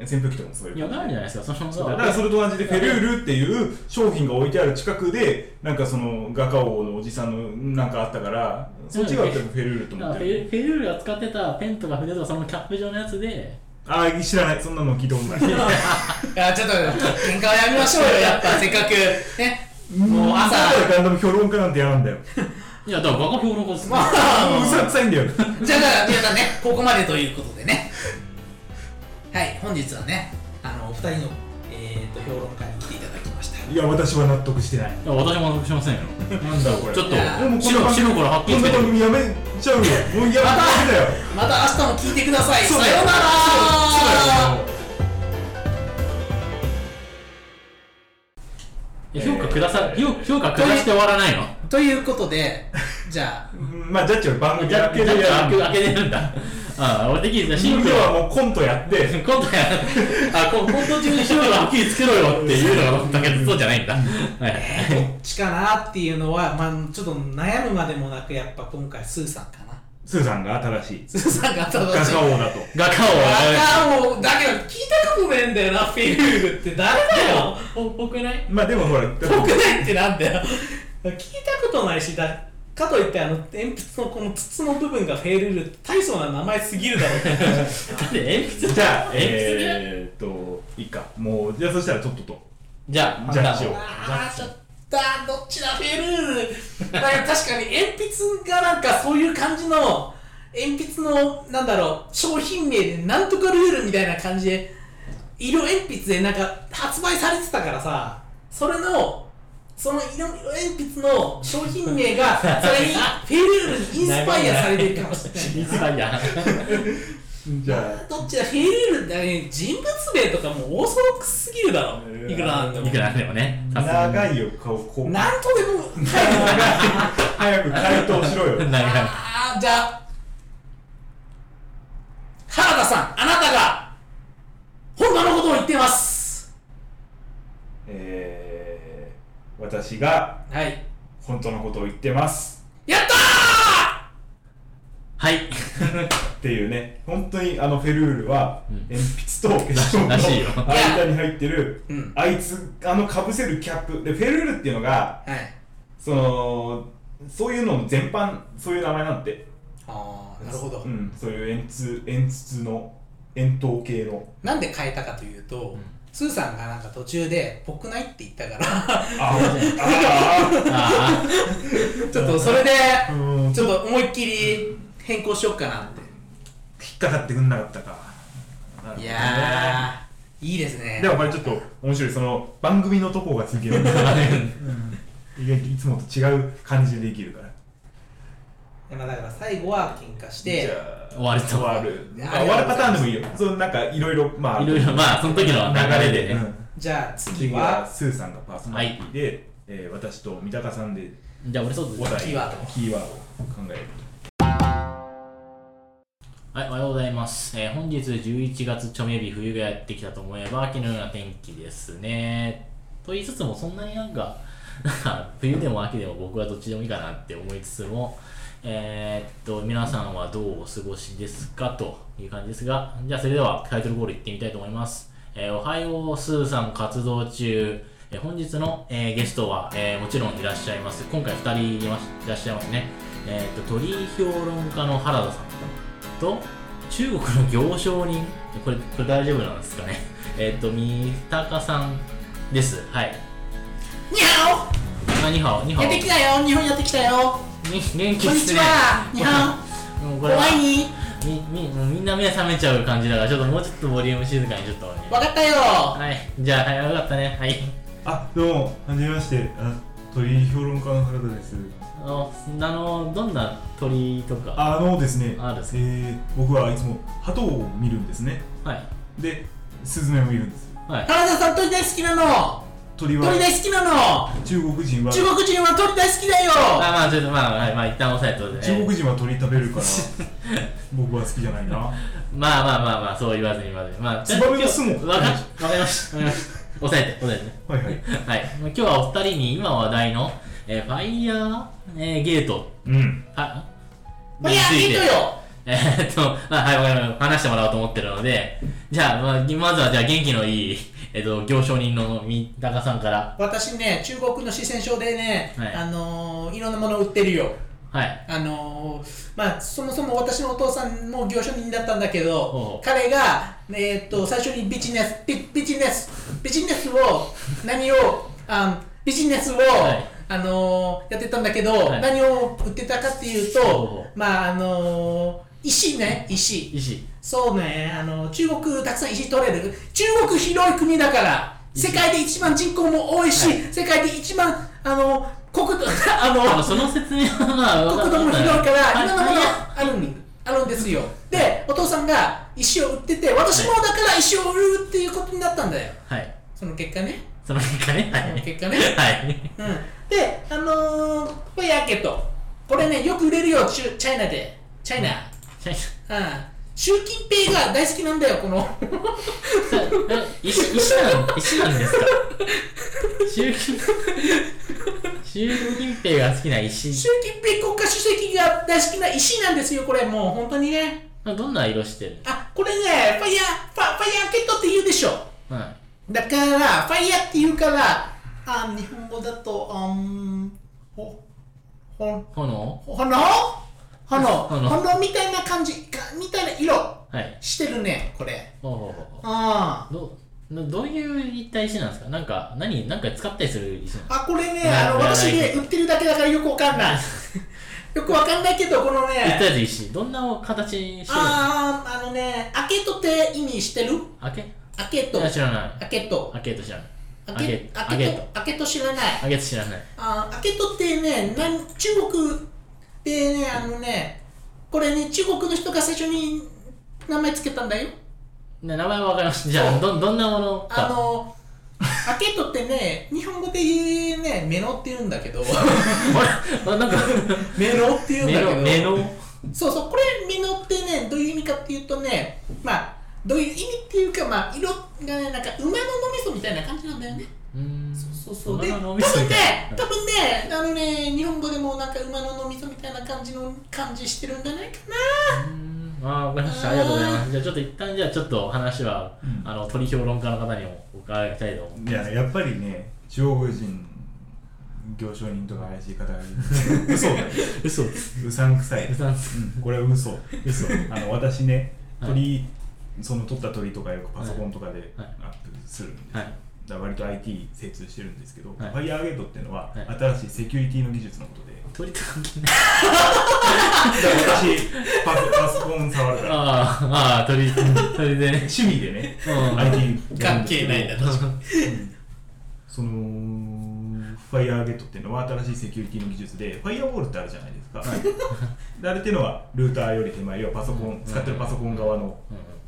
S1: 扇風機とかもそういう
S3: いや、なるじゃないですか、その
S1: そう
S3: ま
S1: だ
S3: ま
S1: か。らそれと同じでフェルールっていう商品が置いてある近くでなんかその画家王のおじさんのなんかあったからそっちが多分フェルールと
S3: だ
S1: 思
S3: から
S1: っ
S3: フ
S1: てる
S3: ェルフェルールが使ってたペンとか筆とかそのキャップ状のやつで、
S1: ああ知らないそんなの聞いたことない
S2: いやちょっと喧嘩はやめましょうよやっぱせっかくねもう朝
S1: だからガンダム評論家なんてやらんだよ
S3: いや、だから画家評論家ですね。
S2: まあ
S1: うさくさいんだよ
S2: じゃあ、じゃあ皆さんね、ここまでということでね。はい、本日はね、あの、お二人の、えー、と評論会に来ていただきました。
S1: いや私は納得してない
S3: いや、私も納得しませんよ。
S1: なんだろうこれ
S3: ちょっと
S2: いや
S1: もう、こんな
S3: 白
S1: 番組
S3: 白から発
S1: こ
S3: 見
S1: んな
S3: つけて
S1: 番
S3: る。
S1: 組やめちゃうよもうやめただよ
S2: また明日も聞いてください。 [laughs] さ
S1: そう
S2: よ
S1: だよ
S2: うなら
S1: そうだよ
S3: いや評価下さ、
S1: えー
S3: 評評価下して終わらないの。
S2: というこ
S1: [laughs]
S2: とで、じゃあ、
S1: うんまあジャッジは番組
S3: ジャ
S1: や
S3: ッ
S1: っ
S3: ジ
S1: け
S3: 開
S1: でやる
S3: け開けてるんだ。ああ、俺的にシン
S1: 今
S3: プ
S1: 日
S3: ル
S1: は
S3: は、
S1: もうコントやって
S3: [laughs] 今度や、あ、こ今度中にシンプルはっきりつけろよっていうのが思ったけど、そうじゃないんだ。はい。
S2: どっちかなっていうのは、まあ、ちょっと悩むまでもなく、やっぱ今回、スーさんか
S1: [laughs]
S2: な。
S1: スーさんが新しい
S2: スーさんが
S1: 画
S2: 正しい。
S1: 家王だと
S3: 画家を、
S2: あかんもう、だけど聞いたことねえんだよな、フィルールって誰だよ。
S3: ぽぽくない
S1: まあでもほら
S2: 僕ないってなんだよ聞いたことないしだかといってあの鉛筆のこの筒の部分がフェルール大層な名前すぎるだろうって話
S3: だって鉛筆
S1: じゃあ、
S3: 鉛筆で
S1: えー、っと、いいか。もう、じゃあそしたらとっとと。
S3: じゃあ、
S1: ジャッ
S3: 判
S1: ジ
S3: 断
S1: を
S3: を。
S2: ああちょっとあーどっちだフェルールだから確かに鉛筆がなんかそういう感じの鉛筆のなんだろう商品名でなんとかルールみたいな感じで色鉛筆でなんか発売されてたからさそれのその色鉛筆の商品名がそれにフェルールにインスパイアされてるかもしれない
S3: インスパイア。
S1: じゃ
S2: どっちだフェルールだね人物名とかもうオーソドックスすぎるだろいくらなんでも
S3: いくらでもね。
S1: あ、
S3: さすがに
S1: 長いよ、顔、こう。
S2: なんとでも書いてない
S1: 早く回答しろよ。
S3: [laughs] 長い。
S2: あーじゃあ原田さんあなたが本場のことを言ってます
S1: えー、私が
S2: はい
S1: 本当のことを言ってます。 [laughs]
S2: やったー
S3: はい。
S1: っていうね、本当にあのフェルールは、
S3: う
S1: 鉛筆と結晶の
S3: らしいよ
S1: [laughs] 間に入ってる
S2: うん、
S1: あいつ、あの被せるキャップ。で、フェルールっていうのが、
S2: はい
S1: その、そういうの全般、そういう名前なんて。
S2: ああなるほど、
S1: うん、そういう円筒、円筒の、円筒系の。
S2: なんで変えたかというと、スーさんがなんか途中で「ぽくない?」って言ったから [laughs]
S1: ああ
S3: あ
S2: ちょっとそれで [laughs]
S1: あうん
S2: ちょっと思いっきり変更しよっかなって
S1: 引っかかってくんなかったか
S2: いやーいいですね
S1: でもこれちょっと面白いその番組のとこがすげえ面白いうん意外といつもと違う感じでできるから
S2: まあだから最後は喧嘩し
S1: じ
S2: て
S1: ゃあ
S3: 終わると
S1: 終わる
S2: いや
S1: まあ終わるパターンでもいいよそうなんかいろいろまあ
S3: あ。いろいろ、まあ、その時の流れで
S1: う
S3: ね。
S1: ん
S2: じゃあ次
S1: 次
S2: は
S1: はスーさんがパーソナリティで、えー私と三鷹さんで
S3: じゃあ、俺そうです。
S1: お
S3: はい、
S1: 題
S2: キーワード
S1: キーワードを考える
S3: おはようございます。えー本日11月ちょめ日、冬がやってきたと思えば、秋のような天気ですね。と言いつつも、そんなになんか、 [laughs] なんか冬でも秋でも僕はどっちでもいいかなって思いつつも、えーっと、皆さんはどうお過ごしですかという感じですが、じゃあそれではタイトルゴールいってみたいと思います。えーおはよう、スーさん活動中。えー本日の、えーゲストは、えーもちろんいらっしゃいます。今回2人いましいらっしゃいますね。えーっと、鳥評論家の原田さんと、中国の行商人、これ、これ大丈夫なんですかね。 [laughs] えーっと、三鷹さんです。はい。
S2: 「にゃ
S3: あ、にはお、に
S2: お
S3: は
S2: や
S3: お。
S2: ってきたよ日本やってきたよ
S3: に元気
S2: こん
S3: っ
S2: に
S3: す
S2: ち
S3: ね。
S2: はにゃ
S3: [laughs] もう
S2: お
S3: これは
S2: 怖いに
S3: みみもうみんな目覚めちゃう感じだからちょっともうちょっとボリューム静かにちょっとね
S2: わかったよ
S3: はいじゃあはい分かったねはい
S1: あどうもはじめましてあ鳥評論家の原田です
S3: あのあのどんな鳥とか
S1: あのですね、
S3: あるんです
S1: えー僕はいつも鳩を見るんですね。
S3: はい
S1: で、スズメを見るんですよ。
S3: はい
S2: 原田さん鳥大好きなの
S1: 鳥は
S2: 鳥大好きなの
S1: 中国人は
S2: 中国人は鳥大好きだよ
S3: あまあちょっとまあ、はい、まあ一旦押さえといて
S1: 中
S3: ね
S1: 国人は鳥食べ [laughs] るから僕は好きじゃないな
S3: まあまあまあまあそう言わずに言わずにまあ
S1: ツバメの巣も
S3: わかわかりましたわかりました押さえて押さえてね
S1: はいはい
S3: はいまあ今日はお二人に今話題の、えー、ファイヤー、えー、ゲート
S1: うん
S3: あ
S2: いやいいとよ
S3: [laughs] えーっと、まあ、はい、わかりました話してもらおうと思ってるので、じゃあ、まあ、まずは、じゃあ、元気のいい、えっと、行商人の三鷹さんから、
S2: 私ね中国の四川省でね、
S3: はい
S2: あのーいろんなもの売ってるよ
S3: はい、
S2: あのーまあそもそも私のお父さんも行商人だったんだけ
S3: お
S2: ど
S3: う
S2: 彼がえーっと最初にビジネスビビジネスビジネスを何をあビジネスを、
S3: はい
S2: あのーやってたんだけど、
S3: はい
S2: 何を売ってたかっていう
S3: お
S2: と
S3: う
S2: まああのー石ね石
S3: 石。
S2: そうね、あの中国たくさん石取れる。中国広い国だから、
S3: 石
S2: 世界で一番人口も多いし、
S3: はい
S2: 世界で一番あの国土あ
S3: あの、
S2: の
S3: その説明は、まあ、わ
S2: 国
S3: か
S2: 土も広いから、
S3: はい
S2: ろんなもの
S3: い
S2: があるんあるんですよ。で、お父さんが石を売ってて、私もだから石を売るっていうことになったんだよ。
S3: はい。
S2: その結果ね。
S3: その結果ね、は
S2: その
S3: い。
S2: 結果ね。
S3: はい。 [laughs]
S2: うん、で、あのー、これやけと。これね、よく売れるよ、チュチャイナで。チャイナ。
S3: じゃ
S2: うん。習近平が大好きなんだよ、この。
S3: あえ石、石なん、石なんですか習近、習近平が好きな石。
S2: 習近平国家主席が大好きな石なんですよ、これもう本当にね。
S3: まあどんな色してる
S2: あ、これね、ファイヤー、ファファイヤーケットって言うでしょ。
S3: は
S2: だから、ファイヤーって言うから、あ日本語だと、あん、ほ、ほ、
S3: い。炎
S2: 炎
S3: [laughs]
S2: 炎
S3: 炎
S2: 炎みたいな感じ、かみたいな色
S3: はい。
S2: してるね、これ。
S3: ほうほうほうほう。
S2: あ
S3: どどどういう一体石なんですかなんか、何、なんか使ったりする石なんですか
S2: あ、これね、
S3: な
S2: あの、
S3: な
S2: 私
S3: ない
S2: ね、売ってるだけだからよくわかん
S3: [laughs]
S2: ない。よくわかんないけど、この
S3: 一
S2: ね、
S3: 体石、どんな形してるんですか
S2: あー、あのね、アケットって意味してる
S3: 開け
S2: アケッ
S3: い
S2: ト。
S3: や、知らない。
S2: アケット。
S3: 開けと知らない。
S2: ア
S3: 開け
S2: ケ、ア
S3: 開
S2: ケ
S3: け
S2: ト、アケト知らない。
S3: 開けと知らない。
S2: あー、アケトってね、なん、中国でね、あのね、これね、中国の人が最初に名前つけたんだよ。
S3: ね名前はわかりました。じゃあ、ど、どんなもの
S2: あ
S3: か。
S2: の、アケトってね、日本語でね、メロって言うんだ [laughs] けど、
S3: あなんか、
S2: メロって言うんだ
S3: 目
S2: けど、
S3: の、目の、
S2: そうそう、これ、メロってね、どういう意味かっていうとね、まあ、どういう意味っていうか、まあ、色がね、なんか馬の脳みそみたいな感じなんだよね。
S3: うーん。
S2: そうそうで
S3: 馬
S2: 多
S3: の脳
S2: 分
S3: み
S2: ね
S3: そみたいな
S2: 多分ねあのね日本語でもなんか馬の脳みそみたいな感じの感じしてるんじゃないか
S3: うーんあー、わかりました。ありがとうございます。じゃあ、ちょっと一旦、じゃあ、ちょっと話は、
S1: うん
S3: あの、鳥評論家の方にもお伺いしたいと思う。
S1: いややっぱりね中国人行商人とか怪しい方がいる [laughs] 嘘だよ
S3: 嘘です。
S1: うさんくさい、
S3: 嘘です。
S1: うん、これは嘘
S3: 嘘。
S1: あの私ね
S3: はい
S1: 鳥、その撮った鳥とかよくパソコンとかでア
S3: はい
S1: ップするんで、
S3: はい。
S1: だから割と IT 精通してるんですけど、
S3: はい
S1: ファイアーゲートっていうのは、
S3: はい
S1: 新しいセキュリティの技術のことで
S3: 鳥と関係ない。
S1: だから私パソパソコン触るから
S3: [laughs] あーあー、鳥、鳥でね。
S1: 趣味でね
S3: うん
S1: IT やるんですけど
S2: 関係ないんだ確かに
S1: そのファイアーゲートっていうのは新しいセキュリティの技術でファイアウォールってあるじゃないですか、 [laughs] であれっていうのはルーターより手前要はパソコン使ってるパソコン側の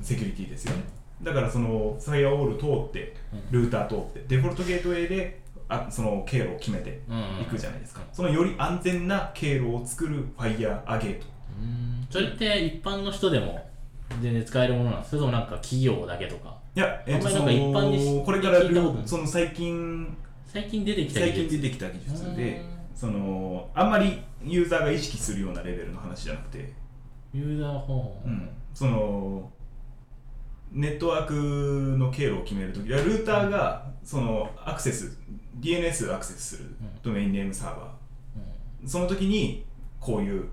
S1: セキュリティですよねだからそのファイアウォール通ってルーター通ってデフォルトゲートウェイであその経路を決めていくじゃないですか、そのより安全な経路を作るファイアーゲート
S3: うんそれって一般の人でも全然使えるものなんですけどなんか企業だけとか
S1: いや、えっと、
S3: あん
S1: そ
S3: まりなんか一般に
S1: のこれからル
S3: 聞いたことな
S1: ー
S3: い
S1: その最近
S3: 最近出てきた
S1: 最近出て
S3: き
S1: きた技術
S3: う
S1: で
S3: ん
S1: そのあんまりユーザーが意識するようなレベルの話じゃなくて、
S3: ユーザー方法、
S1: うん、そのネットワークの経路を決めるときルーターがそのアクセス DNS アクセスするドメインネームサーバーその時にこういう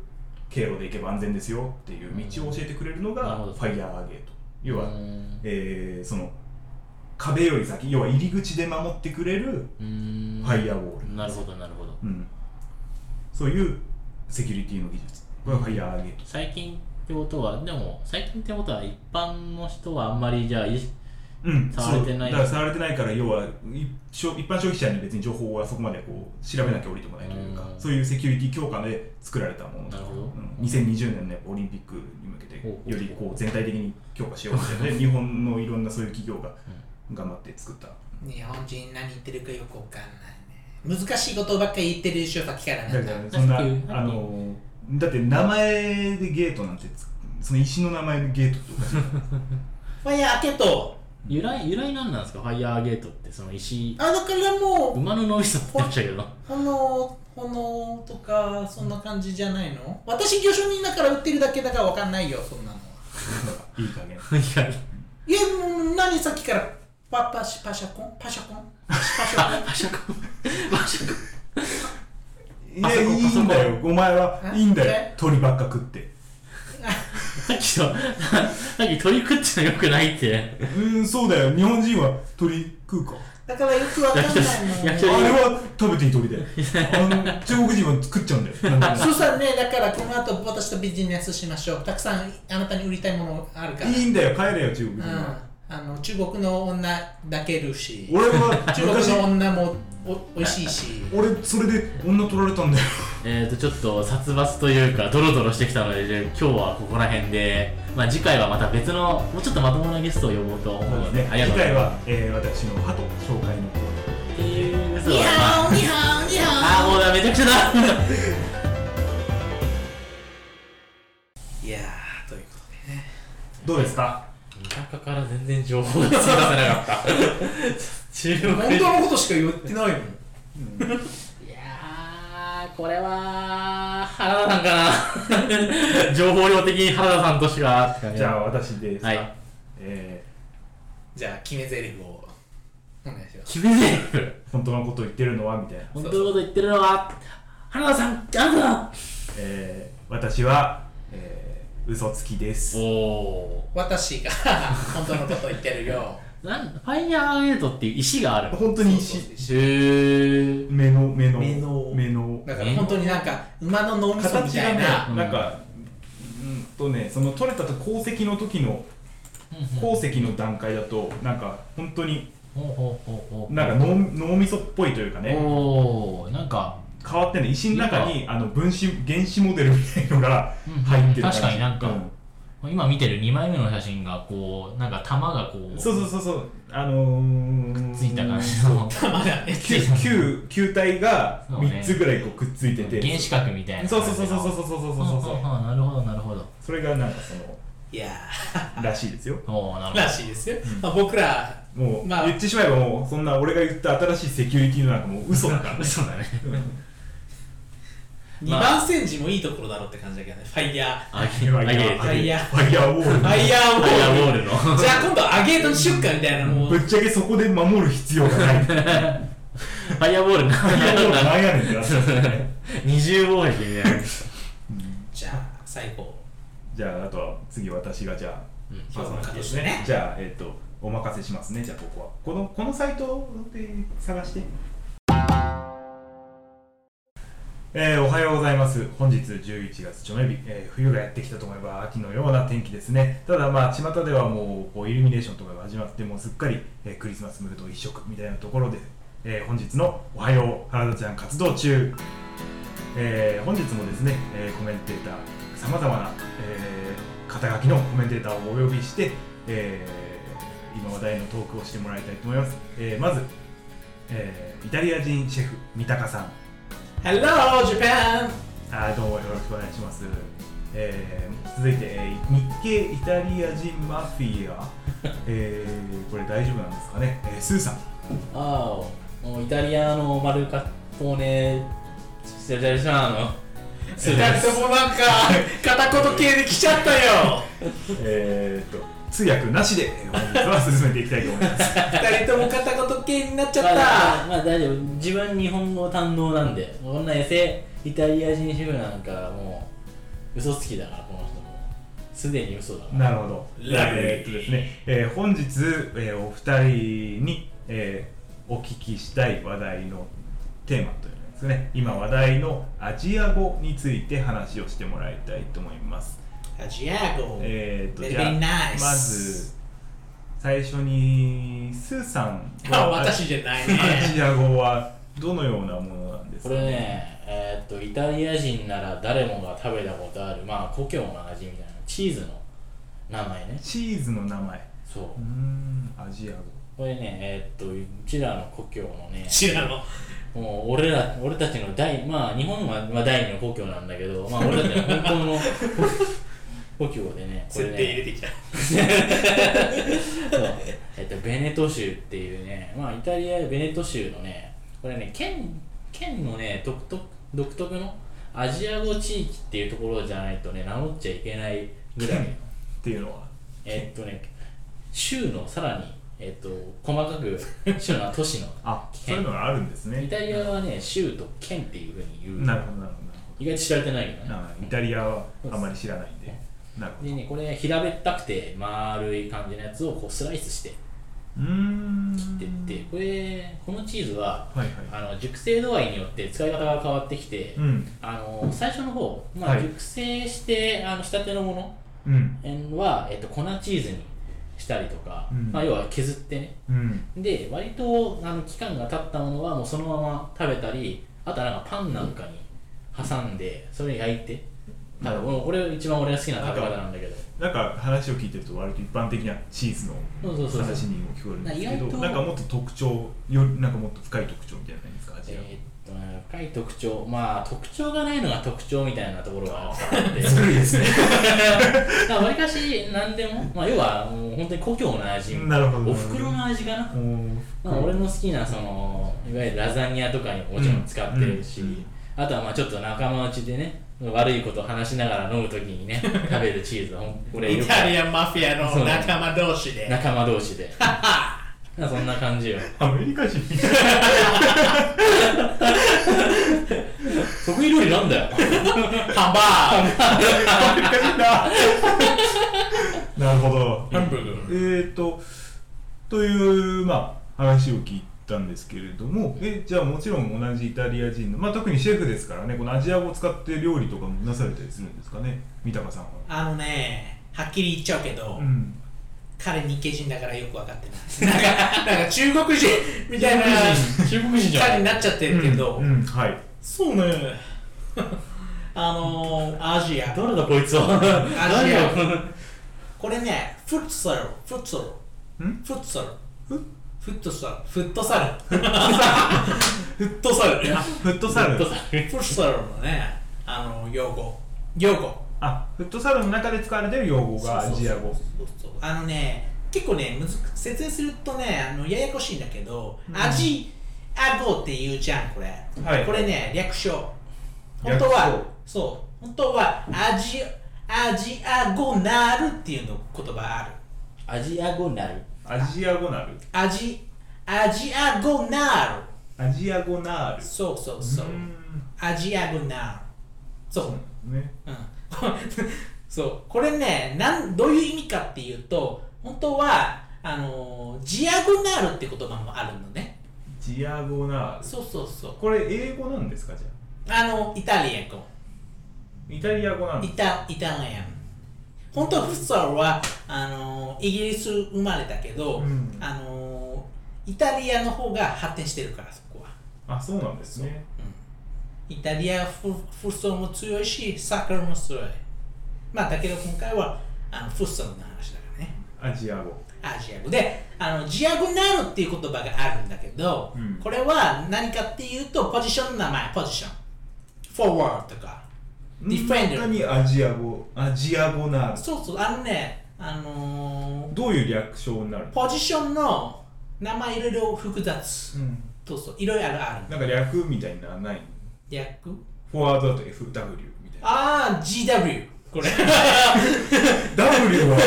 S1: 経路で行けば安全ですよっていう道を教えてくれるの
S3: なる
S1: が
S3: ほ
S1: フ
S3: ど
S1: ァイヤーゲート要は、
S3: うん
S1: えーその壁より先要は入り口で守ってくれる
S3: うん
S1: ファイアウォール
S3: なるほどなるほど
S1: うん、そういうセキュリティの技術これがファイヤーゲート
S3: 最近ってことはでも最近ってことは一般の人はあんまりじゃあい
S1: うん
S3: 触れてない
S1: そうだから触れてないから要はい消一般消費者に別に情報はそこまでこう調べなきゃ降りてこないというか、
S3: うん
S1: そういうセキュリティ強化で作られたものだ
S3: なるほど
S1: うん、2020年の、ね、オリンピックに向けて
S3: ほうほう
S1: よりこう全体的に強化しようみたいなので日本のいろんなそういう企業が頑張って作った
S2: 日本人何言ってるかよくわかんないね難しいことばっかり言ってるでしょさっきからな
S1: だ
S2: ん
S1: か
S2: から
S1: そんな
S3: なんていう
S1: あのだって名前でゲートなんてつその石の名前でゲートって
S3: [laughs]
S1: おかしいから
S2: ファイヤー開けと
S3: 由来、由来なんなんですかファイヤーゲートって、その石、
S2: あだからも
S3: 馬の脳みそって言ってましたけど。
S2: う炎炎とかそんな感じじゃないの私魚商人だから売ってるだけだからわかんないよそんなのはい
S1: い加減
S3: いや、
S2: いやもう何さっきからパパシパシャコンパシャコンパシャコン [laughs]
S3: パシャコン。パシャコン。
S1: い
S3: あ
S1: や
S3: そこ
S1: いいんだよお前は
S2: あ
S1: いいんだ
S2: え
S1: よ鳥ばっか食って
S3: さっきの、さっき鳥食ってのよくないって。
S1: うんそうだよ日本人は鳥食うか
S2: だからよくわかんない
S3: 焼き
S1: あ
S2: の
S3: 鳥
S1: れは食べていい鳥
S2: [laughs]
S1: だよあの中国人は食っちゃうんだよなんでも
S2: そうさんねだからこの後私とビジネスしましょうたくさんあなたに売りたいものあるから
S1: いいんだよ帰れよ中国人
S2: うん
S1: は、
S2: あの中国の女だけるし
S1: 俺は
S2: 中国
S1: 昔
S2: の女もおおいしいし
S1: 俺それで女取られたんだよ
S3: えーと、ちょっと殺伐というか、ドロドロしてきたので、じゃあ今日はここら辺で、まあ次回はまた別の、もうちょっとまともなゲストを呼ぼうと思うので、ありが
S1: 次
S3: とうござ
S1: 回
S3: います。
S1: は、えー、私の鳩紹介のコーナー
S3: っていうそう
S2: に
S3: だな
S2: ハオにハオに
S3: あー
S2: ハ
S3: もうだめちゃくちゃだ [laughs]
S2: オいやーということでね
S1: どうですか
S3: 中から全然情報が出せなかった [laughs] 中国
S2: 本当のことしか言ってないもん
S3: いやーこれは原田さんかな [laughs] 情報量的に原田さんとしかって感
S1: じゃあ私ですか、
S3: はい
S1: え
S2: じゃあ決め台詞をお願いします
S3: 決めぜ
S1: ー本当のことを言ってるのはみたいな、
S3: 本当のこと言ってるのは原田さんあんただ
S1: えー、私は、えー、嘘つきです
S3: おお
S2: 私が [laughs] 本当のこと言ってるよ
S3: なんファイヤーゲートっていう石がある
S1: 本当にし
S3: へー
S1: 目の目の
S2: 目の
S1: 目の
S2: だから本当になんか馬の脳みそみ
S1: 形
S2: た
S1: が
S2: い
S1: ね
S2: な
S1: なんかうんとねその取れたと鉱石の時の鉱石の段階だとなんか本当に
S3: ほうほうほうほう
S1: なんか脳脳みそっぽいというかね
S3: おおなんか
S1: 変わってない石の中にあの分子原子モデルみたいのが入ってる感じ
S3: 確かになんか
S1: うん
S3: 今見てる2枚目の写真がこうなんか玉がこう
S1: そうそうそうそうあのー、
S3: ついた感じの
S2: [laughs] まだね
S1: 球
S3: [laughs]
S1: 球球体が
S3: そうね
S1: 3つぐらいこうくっついてて、
S3: 原子核みたいな
S1: そう
S3: 感
S1: そう
S3: じ
S1: そう
S3: の
S1: そうそうそうそうそうそう
S3: あああなるほどなるほど
S1: それがなんかその
S2: いや
S1: らしいですよ
S3: おお
S2: ー
S3: なるほど
S2: らしいですよ、まあ、僕ら
S1: もう、
S2: まあ
S1: 言ってしまえばもうそんな俺が言った新しいセキュリティのなんかもう嘘だから
S3: [laughs] 嘘だね
S2: 2番煎じもいいところだろうって感じだけどねファイヤー
S3: あ
S1: フ
S3: げあ
S1: ァ
S3: げ
S1: イ
S3: て
S1: ヤー
S3: る
S2: ファイヤー
S1: ファイヤーウォール
S2: ファイヤーボ
S3: ファイヤーボ
S2: ー
S3: ー
S2: ル
S3: ルの
S2: じゃあ今度アゲートにしよっかみたいなもう
S1: ぶっちゃけそこで守る必要が
S3: [laughs]
S1: ないファイ
S3: ファイヤーボールな
S1: ヤーウォールなんやねんってなって
S3: 二重防壁みたいな
S2: じゃあ最後
S1: じゃああとは次私がじゃあ
S2: 評価として
S1: ね
S2: ね
S1: じゃあえっ、とお任せしますねじゃあここはこのこのサイトで探してえーおはようございます本日11月著名日、えー冬がやってきたと思えば秋のような天気ですねただまあ巷ではもうこうイルミネーションとかが始まってもうすっかり、えークリスマスムード一色みたいなところで、えー本日の「おはよう原田ちゃん活動中」えー本日もですね、えーコメンテーターさまざまな、えー肩書きのコメンテーターをお呼びして、えー今話題のトークをしてもらいたいと思います、えーまず、えーイタリア人シェフ三鷹さん
S2: Hello Japan
S1: あーどうもよろしくお願いします、えー続いて、えー日系イタリア人マフィア、えーこれ大丈夫なんですかね、えースーさん
S3: ああイタリアのマルカポーネスペシャルシャーの
S2: 二人ともなん
S3: [laughs]
S2: か片言系で来ちゃったよ
S1: えーっと通訳なしでえー本日は進めていきたいと思います
S2: 二人とも片言系になっちゃっ
S3: まあ、
S2: た
S3: まあ大丈夫自分日本語堪能なんでこんなエセイタリア人主婦なんかもう嘘つきだからこの人もすでに嘘だから
S1: なるほど
S2: ラブリー
S1: えーっとですね、えー本日、えーお二人に、えーお聞きしたい話題のテーマというんですかね今話題のアジア語について話をしてもらいたいと思います
S2: アジアゴ
S1: えー、と
S2: Very
S1: じゃあ
S2: nice
S1: まず最初にスーさん
S2: あ私じゃないね
S3: [laughs]
S1: アジア語はどのようなものなんです
S3: こ
S1: か
S3: れねえーっとイタリア人なら誰もが食べたことあるまあ故郷の味みたいなチーズの名前ね
S1: チーズの名前
S3: そう
S1: うーんアジア語
S3: これね、えーっと、うちらの故郷のね、
S4: 知らの。
S3: もう俺ら、俺たちの第、まあ日本は、まあ、第二の故郷なんだけど、まあ俺たちの本当の故郷でね、これ
S4: 設定入れ
S3: ね、
S4: てきた。
S3: そうえっと、ベネト州っていうね、まあイタリア、ベネト州のね、これね、県、県のね、独特、独特のアジア語地域っていうところじゃないとね、名乗っちゃいけないぐら
S4: [laughs]
S3: いの
S1: ていうのは
S3: えっとね、州のさらに、えっと、細かく、州の都市の、
S1: あそういうのがあるんですね
S3: イタリアはね、州と県っていうふうに言う。
S1: なるほどなるほ
S3: 意外と知られてないけど
S1: どなるほど
S3: ね。
S1: あイタリアはあまり知らないんでなるほど
S3: でね、これ平べったくて丸い感じのやつをこうスライスして
S1: うーん
S3: 切ってって、これ、このチーズは、
S1: はいはい
S3: あの熟成度合いによって使い方が変わってきて、
S1: うん
S3: あの最初の方、ま
S1: は
S3: あ、
S1: い
S3: 熟成して、あの仕立てのもの
S1: うん
S3: えーは、えっと、粉チーズにしたりとか、
S1: うん
S3: まあ、要は削ってね、
S1: うん
S3: で割とあの期間が経ったものはもうそのまま食べたりあとはなんかパンなんかに挟んでそれを焼いて多分俺俺一番俺が好きな食べ方なんだけど
S1: なんか話を聞いてると割と一般的なチーズの
S3: そうそうそう
S1: 話にも聞こえるんですけ
S3: 意外
S1: ど
S3: と
S1: なんかもっと特徴よりなんかもっと深い特徴みたいなのないんですか味が
S3: えーっとね深い特徴まあ特徴がないのが特徴みたいなところがあって
S1: ずるいですね
S3: [laughs] わりかし何でも、まあ、要はもう本当に故郷の味
S1: なるほど
S3: おふくろの味かな
S1: おー
S3: まあ、俺の好きなそのいわゆるラザニアとかにももちろん使ってるし、
S1: うんうん
S3: あとはまあちょっと仲間内でね悪いことを話しながら飲むときに [laughs] ね食べるチーズはほん俺
S4: イ
S3: よく
S4: タリアンマフィアの仲間同士で。
S3: 仲間同士 [laughs] でそんな感じよ
S1: アメリカ人みたい
S3: 得意料理なんだ [laughs] よ
S4: ハンバーグ
S1: アメリカ人
S3: [laughs]
S1: だなるほど
S4: ハンバー
S1: えー、とという、まあ、話を聞いたんですけれどもえじゃあもちろん同じイタリア人の、まあ、特にシェフですからねこのアジア語を使って料理とかもなされたりするんですかね三鷹さんは。
S2: あのね、はっきり言っちゃうけど、
S1: うん、
S2: 彼日系人だからよく分かってない。
S4: なんか、なんか中国人みたいな
S3: 中国人じゃ
S2: 彼
S3: ん
S2: になっちゃってるけど、
S1: うんうんはい、
S2: そうね。 [laughs] あのー、アジア。
S3: 誰だこいつは
S2: アジア
S3: 誰だこ
S2: これね、フットサル、フットサル、
S1: ん
S2: フットサル、フットサル、フットサル、 [laughs] フットサル、フ
S1: あフットサル
S3: の人さ
S2: ットサルのね、あの、用語、用語。
S1: あフットサルの中で使われてる用語がアジア語
S2: そうそうそうあのね、結構ね、むず説明するとね、あのややこしいんだけど、アジア語って言うじゃん、これ。
S1: はい
S2: これね、略称。本
S1: 略
S2: 当
S1: 称
S2: は、そう、本当はアジアジア語なるっていうの言葉ある。
S3: [laughs] アジア語になる
S1: アジア語なる
S2: アジアジアゴナー
S1: アジア語なる
S2: ルそうそうそう
S1: うん
S2: アジアゴナールそう、
S1: ね
S2: うん、 [laughs] そうこれねなんどういう意味かっていうと本当はあのージアゴナールって言葉もあるのね
S1: ジアゴナール
S2: そうそうそう
S1: これ英語なんですかじゃあ
S2: あのイタリア語
S1: イタリア語なんで
S2: イ
S1: す
S2: タイタリアン本当はフッサルはあのーイギリス生まれだけど、
S1: うん
S2: あのーイタリアの方が発展してるからそこは
S1: あそうなんですね
S2: イタリアフフッ素も強いし、サッカーも強い。まあ、だけど今回はあのフッ素の話だからね。
S1: アジア語
S2: アジア語で、あのジアゴナルっていう言葉があるんだけど、
S1: うん
S2: これは何かっていうと、ポジションの名前、ポジション。フォワードとか。ディフェンダ
S1: 本当
S2: ー。
S1: にアジア語アジア語なる
S2: そうそう、あのね、あのー
S1: どういう略称になるの
S2: ポジションの名前いろいろ複雑。
S1: うん
S2: そうそう、いろいろあ
S1: な
S2: る。
S1: んか略みたいなのない
S2: 略
S1: フォワードだと FW みたいな
S2: ああ、GW。これ。
S1: W は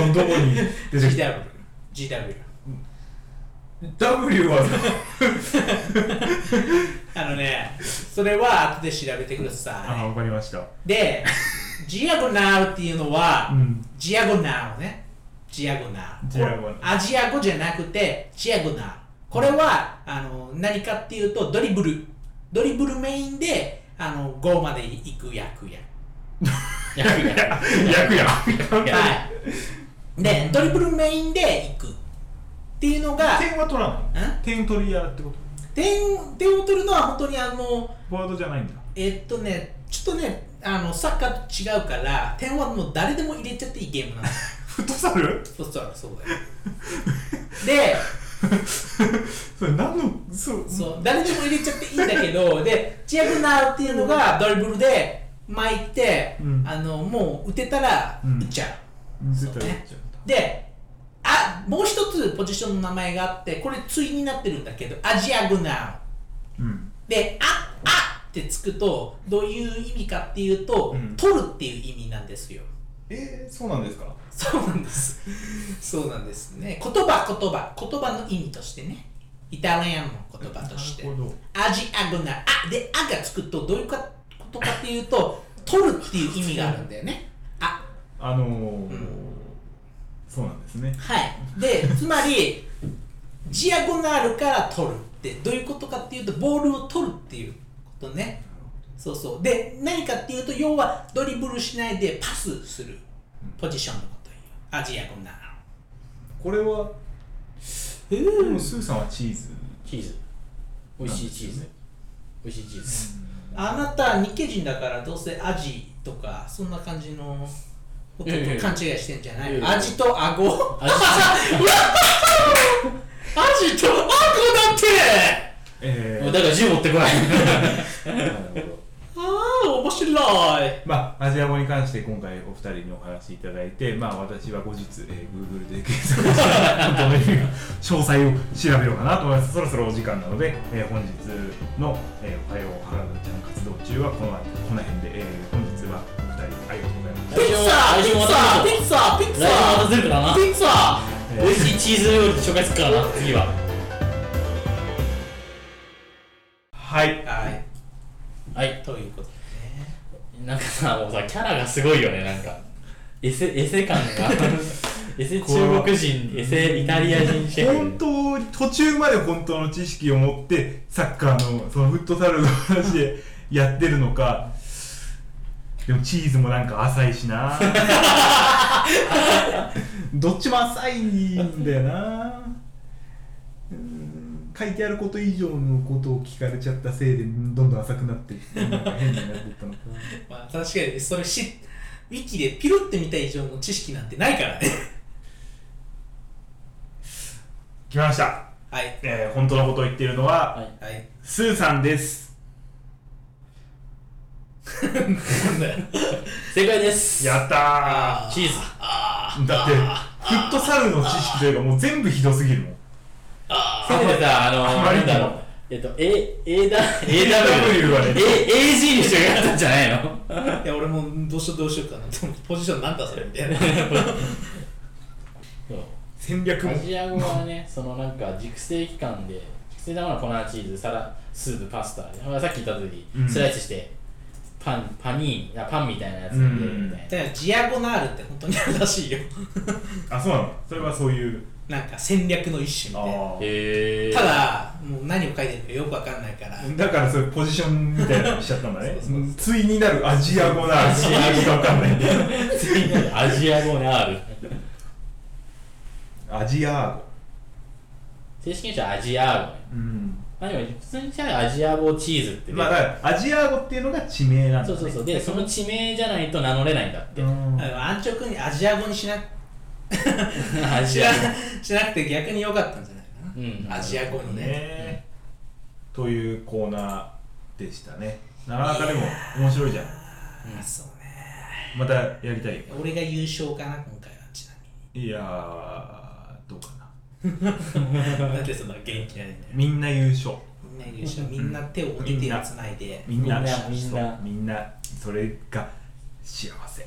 S1: あのどこに [laughs] 出てきた
S2: GW。GW。
S1: [laughs] W は
S2: あのね、それは後で調べてくだ
S1: あ
S2: さ
S1: わかりました
S2: い。で、ジアゴナルっていうのは、
S1: うん
S2: ジアゴナルね。ジアゴナル。
S1: ジアゴナル
S2: アジア語じゃなくて、ジアゴナル。これは、あの何かっていうと、ドリブル。ドリブルメインで、あの、ゴーまで行く役や。
S3: 役が
S1: 略や
S2: はい。で、ドリブルメインで行く。っていうのが、
S1: 点は取らない
S2: ん
S1: 点取り屋ってこと
S2: 点点を取るのは本当にあの、
S1: フォワードじゃないんだ
S2: えっとね、ちょっとね、あのサッカーと違うから、点はもう誰でも入れちゃっていいゲームなんですよ。
S1: フットサル
S2: フットサルそうだよ。で、
S1: [laughs] それ何のそう
S2: そう誰でも入れちゃっていいんだけ
S1: [laughs]
S2: どでチアグナーっていうのがドリブルで巻いて、
S1: うん
S2: あのもう打てたら
S1: うん
S2: 打っちゃう、
S1: 絶対やっちゃう
S2: であもう一つポジションの名前があってこれ対になってるんだけどアジアグナー
S1: うん
S2: で「ああ」ってつくとどういう意味かっていうと、
S1: うん
S2: 取るっていう意味なんですよ
S1: えー、そうなんですか
S2: そうなんですそうなんですね言葉言葉言葉の意味としてねイタリアンの言葉として
S1: なるほど
S2: アジアグナあであがつくとどういうかことかっていうと [laughs] 取るっていう意味があるんだよねあ
S1: あのー
S2: ん
S1: そうなんですね
S2: はいでつまりジアゴナールから取るってどういうことかっていうとボールを取るっていうことねそうそうで何かっていうと要はドリブルしないでパスするポジションのことよアジアゴナー
S1: これは
S2: ル
S1: で
S2: う
S1: も
S2: ん
S1: スーさんはチーズ
S3: チーズ。美味しいチーズ。美味しいチーズ。
S2: あなた日系人だからどうせアジとかそんな感じのことと
S3: いやいやいや
S2: 勘違いしてんじゃないい
S3: やいやいや
S2: アジとアゴ
S3: 味
S4: アジとアコだって
S3: [laughs]
S1: え
S3: だから銃持ってこない。 [laughs]
S1: ー、なるほど
S4: ああ、面白い。
S1: まあ、アジア語に関して今回お二人にお話しいただいて、まあ、私は後日、えー、Google で検索して詳細を調べようかなと思いますそろそろお時間なので、えー本日の、えーおはよう原田ちゃん活動中はこのこの辺で、えー本日はお二人ありがとうございました
S4: ピッツァピッツァピッツァピッツ
S3: 来週また来週また
S4: ァ
S3: 出るからな
S4: ピ。ッツァ
S1: えー
S3: 美味しいチーズ料理紹介するからな、次は。
S1: はい
S2: はい
S3: はい。
S2: ということでね
S3: なんかさ、もうさ、キャラがすごいよね、なんか。エセ、エセ [laughs] 感が。エセ中国人、エセイタリア人シェフ。
S1: 本当に途中まで本当の知識を持ってサッカーのそのフットサルの話で [laughs] やってるのかでもチーズもなんか浅いし [laughs] などっちも浅いんだよなうん書いてあること以上のことを聞かれちゃったせいでどんどん浅くなっていってなんか変になっていったのか
S2: まあ、確かにそれしウィキでピロって見た以上の知識なんてないからね
S1: 来ました、
S2: [laughs] はい
S1: えー本当のことを言ってるのは、
S3: はい
S2: はい
S1: スーさんです
S2: なんだよ
S3: 正解です。
S1: やったー
S3: チーズ。
S1: だってフットサルの知識というかもう全部ひどすぎるもん
S3: せめてさ、あの
S1: あ
S3: ー、
S1: まり
S3: な
S1: にも
S3: んだろう。えっと、A、A だ、A
S1: AW はね
S3: AG にしてくれたんじゃないの [laughs]
S2: いや俺もどうしようどうしようかなと思ってポジションなんだそれみたいな
S3: そう
S1: 戦略も
S3: アジア語はね、そのなんか熟成期間で、熟成玉の粉チーズ、サラ、スープ、パスタ、まあさっき言った通り、
S1: うん
S3: スライスして、パン、パニーニ、あパンみたいなやつで、みたいな。
S2: だからジアゴナールって本当にあるらしいよ
S1: あそうなのそれはそういう
S2: なんか戦略の一種みたいな
S1: え
S3: へ
S2: ただもう何を書いてるかよくわかんないから
S1: だからそういうポジションみたいなのにしちゃったんだね
S2: そうそうそう
S1: うんついになるアジア語な
S3: アジア語
S1: 意味がわかんない
S3: 次にアジア語にある。
S1: アジア
S3: 正式に言うとアジア
S1: 語う
S3: 語ね。
S1: ん
S3: まあでも、普通にじゃあアジア語チーズってね、
S1: まあだからアジア語っていうのが地名なんだね
S3: そうそうそう。で、その地名じゃないと名乗れないんだって。
S1: うん
S2: あの安直にアジア語にしな
S3: ア
S2: し
S3: ジ
S1: [laughs]
S2: な
S3: ア
S2: しなくて逆に良かったんじゃないか
S3: う
S2: な、
S3: ん。
S2: アジア語にね
S1: ねというコーナーでしたねなかなかでも面白いじゃん
S2: あそうね
S1: またやりたいよ
S2: 俺が優勝かな今回はちなみに
S1: いやーどうかな
S2: なんでそんな元気ないんだよ
S1: みんな優勝
S2: みんな優勝みんな手を手でつないで
S1: みんな
S3: みんなみ
S1: そうみん
S3: んな
S1: なそれが幸 [laughs] せ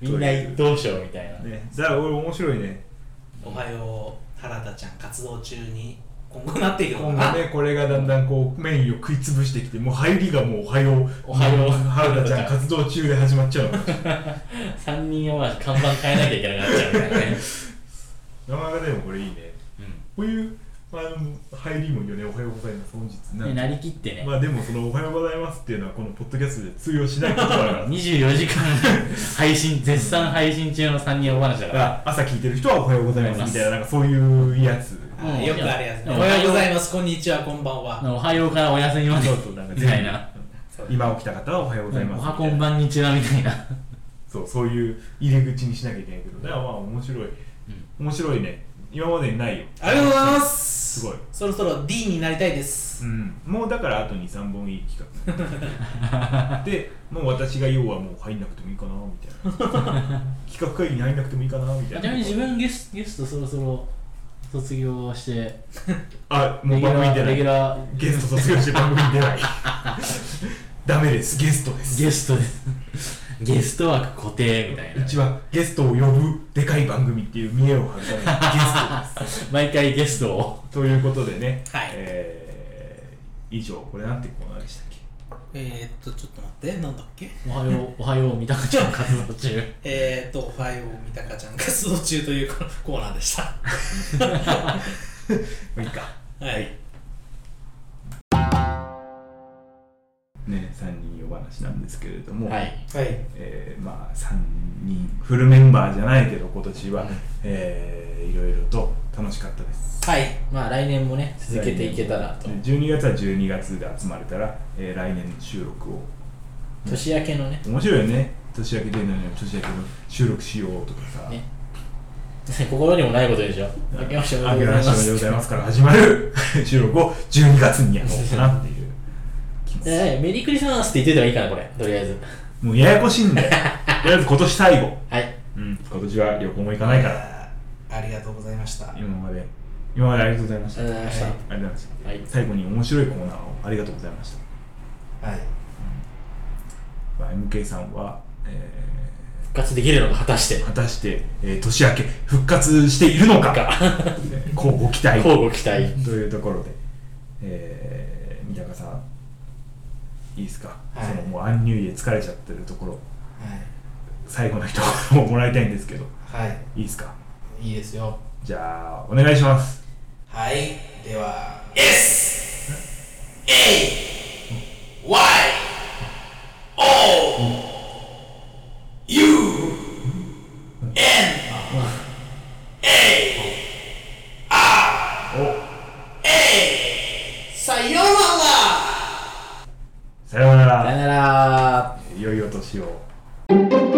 S3: みんな一等賞みたいな。
S1: ねだから俺面白いね
S2: おはよう原田ちゃん活動中に今後なっていくの
S1: 今
S2: かな
S1: 後ねこれがだんだんこうメインを食い潰してきてもう入りがもうおはよう
S3: おはよう
S1: 原田ち [laughs] ゃん活動中で始まっ [laughs] ちゃうの
S3: 3人は看板変えなきゃいけなくなっちゃうみたいなね。
S1: なかなかでもこれいいねこういうあの入りもいいよねおはようございます本日
S3: うん。
S1: な
S3: で、なりきってね。
S1: まあでもそのおはようございますっていうのはこのポッドキャストで通用しない言葉だから
S3: 24時間配信、絶賛配信中の3人お話だ
S1: だ
S3: か。
S1: から [laughs] ら朝聞いてる人はおはようございますみたいななんかそういうやつ
S2: あ
S3: うん
S2: よくあるやつね
S3: うん
S2: おはようございますこんにちはこんばんは
S3: おはようからお休みまで
S1: そうそうなんか
S3: みたいな。
S1: 今起きた方はおはよう
S3: お
S1: ございます
S3: は
S1: みた
S3: こ
S1: いなん
S3: ばんにちはみたいな。
S1: そうそういう入り口にしなきゃいけないけどだからまあ面白い、面白いね今までにないよ
S2: ありがとうございます
S1: すごい、
S2: そろそろ D になりたいです
S1: うん、もうだからあと23本いい企
S3: [laughs]
S1: 画でもう私が要はもう入んなくてもいいかなみたい
S3: [laughs]
S1: な企画会議に入んなくてもいいかなみた
S3: あ
S1: い
S3: ちな
S1: な
S3: みに自分ゲスゲストそろそろ卒業して
S1: あも
S3: レ
S1: う
S3: ギュ
S1: 番組に
S3: ラ
S1: 出
S3: ー
S1: な
S3: レ
S1: い
S3: ギュラー
S1: ゲスト卒業して番組に出ない
S3: [laughs]
S1: ダメですゲストです
S3: ゲストですゲスト枠固定みたいうな
S1: ちはゲストを呼ぶでかい番組っていう見栄を張るためにゲストです
S3: 毎回ゲストを
S1: ということでね、
S2: はい
S1: えー以上これなんてコーナーでしたっけ
S2: えー、っとちょっと待ってなんだっけ
S3: おはようおはよう三鷹ちゃん活動中
S2: えー、っとおはよう三鷹ちゃん活動中というこのコーナーでした
S1: まあいいか
S2: はい
S1: ね3人お話なんですけれども、
S3: はい
S2: はい
S1: えーまあ3人フルメンバーじゃないけど今年は、
S3: うん
S1: えーいろいろと楽しかったです
S2: はい
S3: まあ来年もね続けていけたらと
S1: で12月は12月で集まれたら、えー来年の収録を
S3: 年明けのね [laughs]
S1: 面白いよね年明け出るのに年明けの収録しようとかさ、
S3: ね心にもないことでしょ明けましておめでとうござい
S1: 明
S3: ま
S1: けましておめでとうご
S3: す
S1: ざいますから始まる [laughs] 収録を12月にやろうかなっていう気持ち
S3: えーメリークリスマスって言ってたらいいかなこれとりあえず
S1: もうややこしいんだよとりあえず今年最後、
S3: はい
S1: うん、今年は旅行も行かないから
S2: ありがとうございました
S1: 今まで今までありがとうございました
S3: ありがとうございました
S1: はありがとうございました
S3: はい
S1: 最後に面白いコーナーをありがとうございました
S2: はい
S1: まあ MK さんは、え
S3: 復活できるのか果たして
S1: ー果たして、えー年明け復活しているのか
S3: か
S1: えーこうご期待
S3: 交互期待
S1: というところで、えー、三鷹さんいいですか、
S2: はい
S1: そのもうアンニュイエ疲れちゃってるところ
S2: は
S1: 最後の一言をもらいたいんですけど
S2: いはい
S1: いですか
S2: いいですよ
S1: じゃあお願いします
S2: はいでは
S4: Why? O U N A R A さよなら
S1: さような
S3: さ
S1: ら
S3: よなら
S1: 良いお年を
S5: 「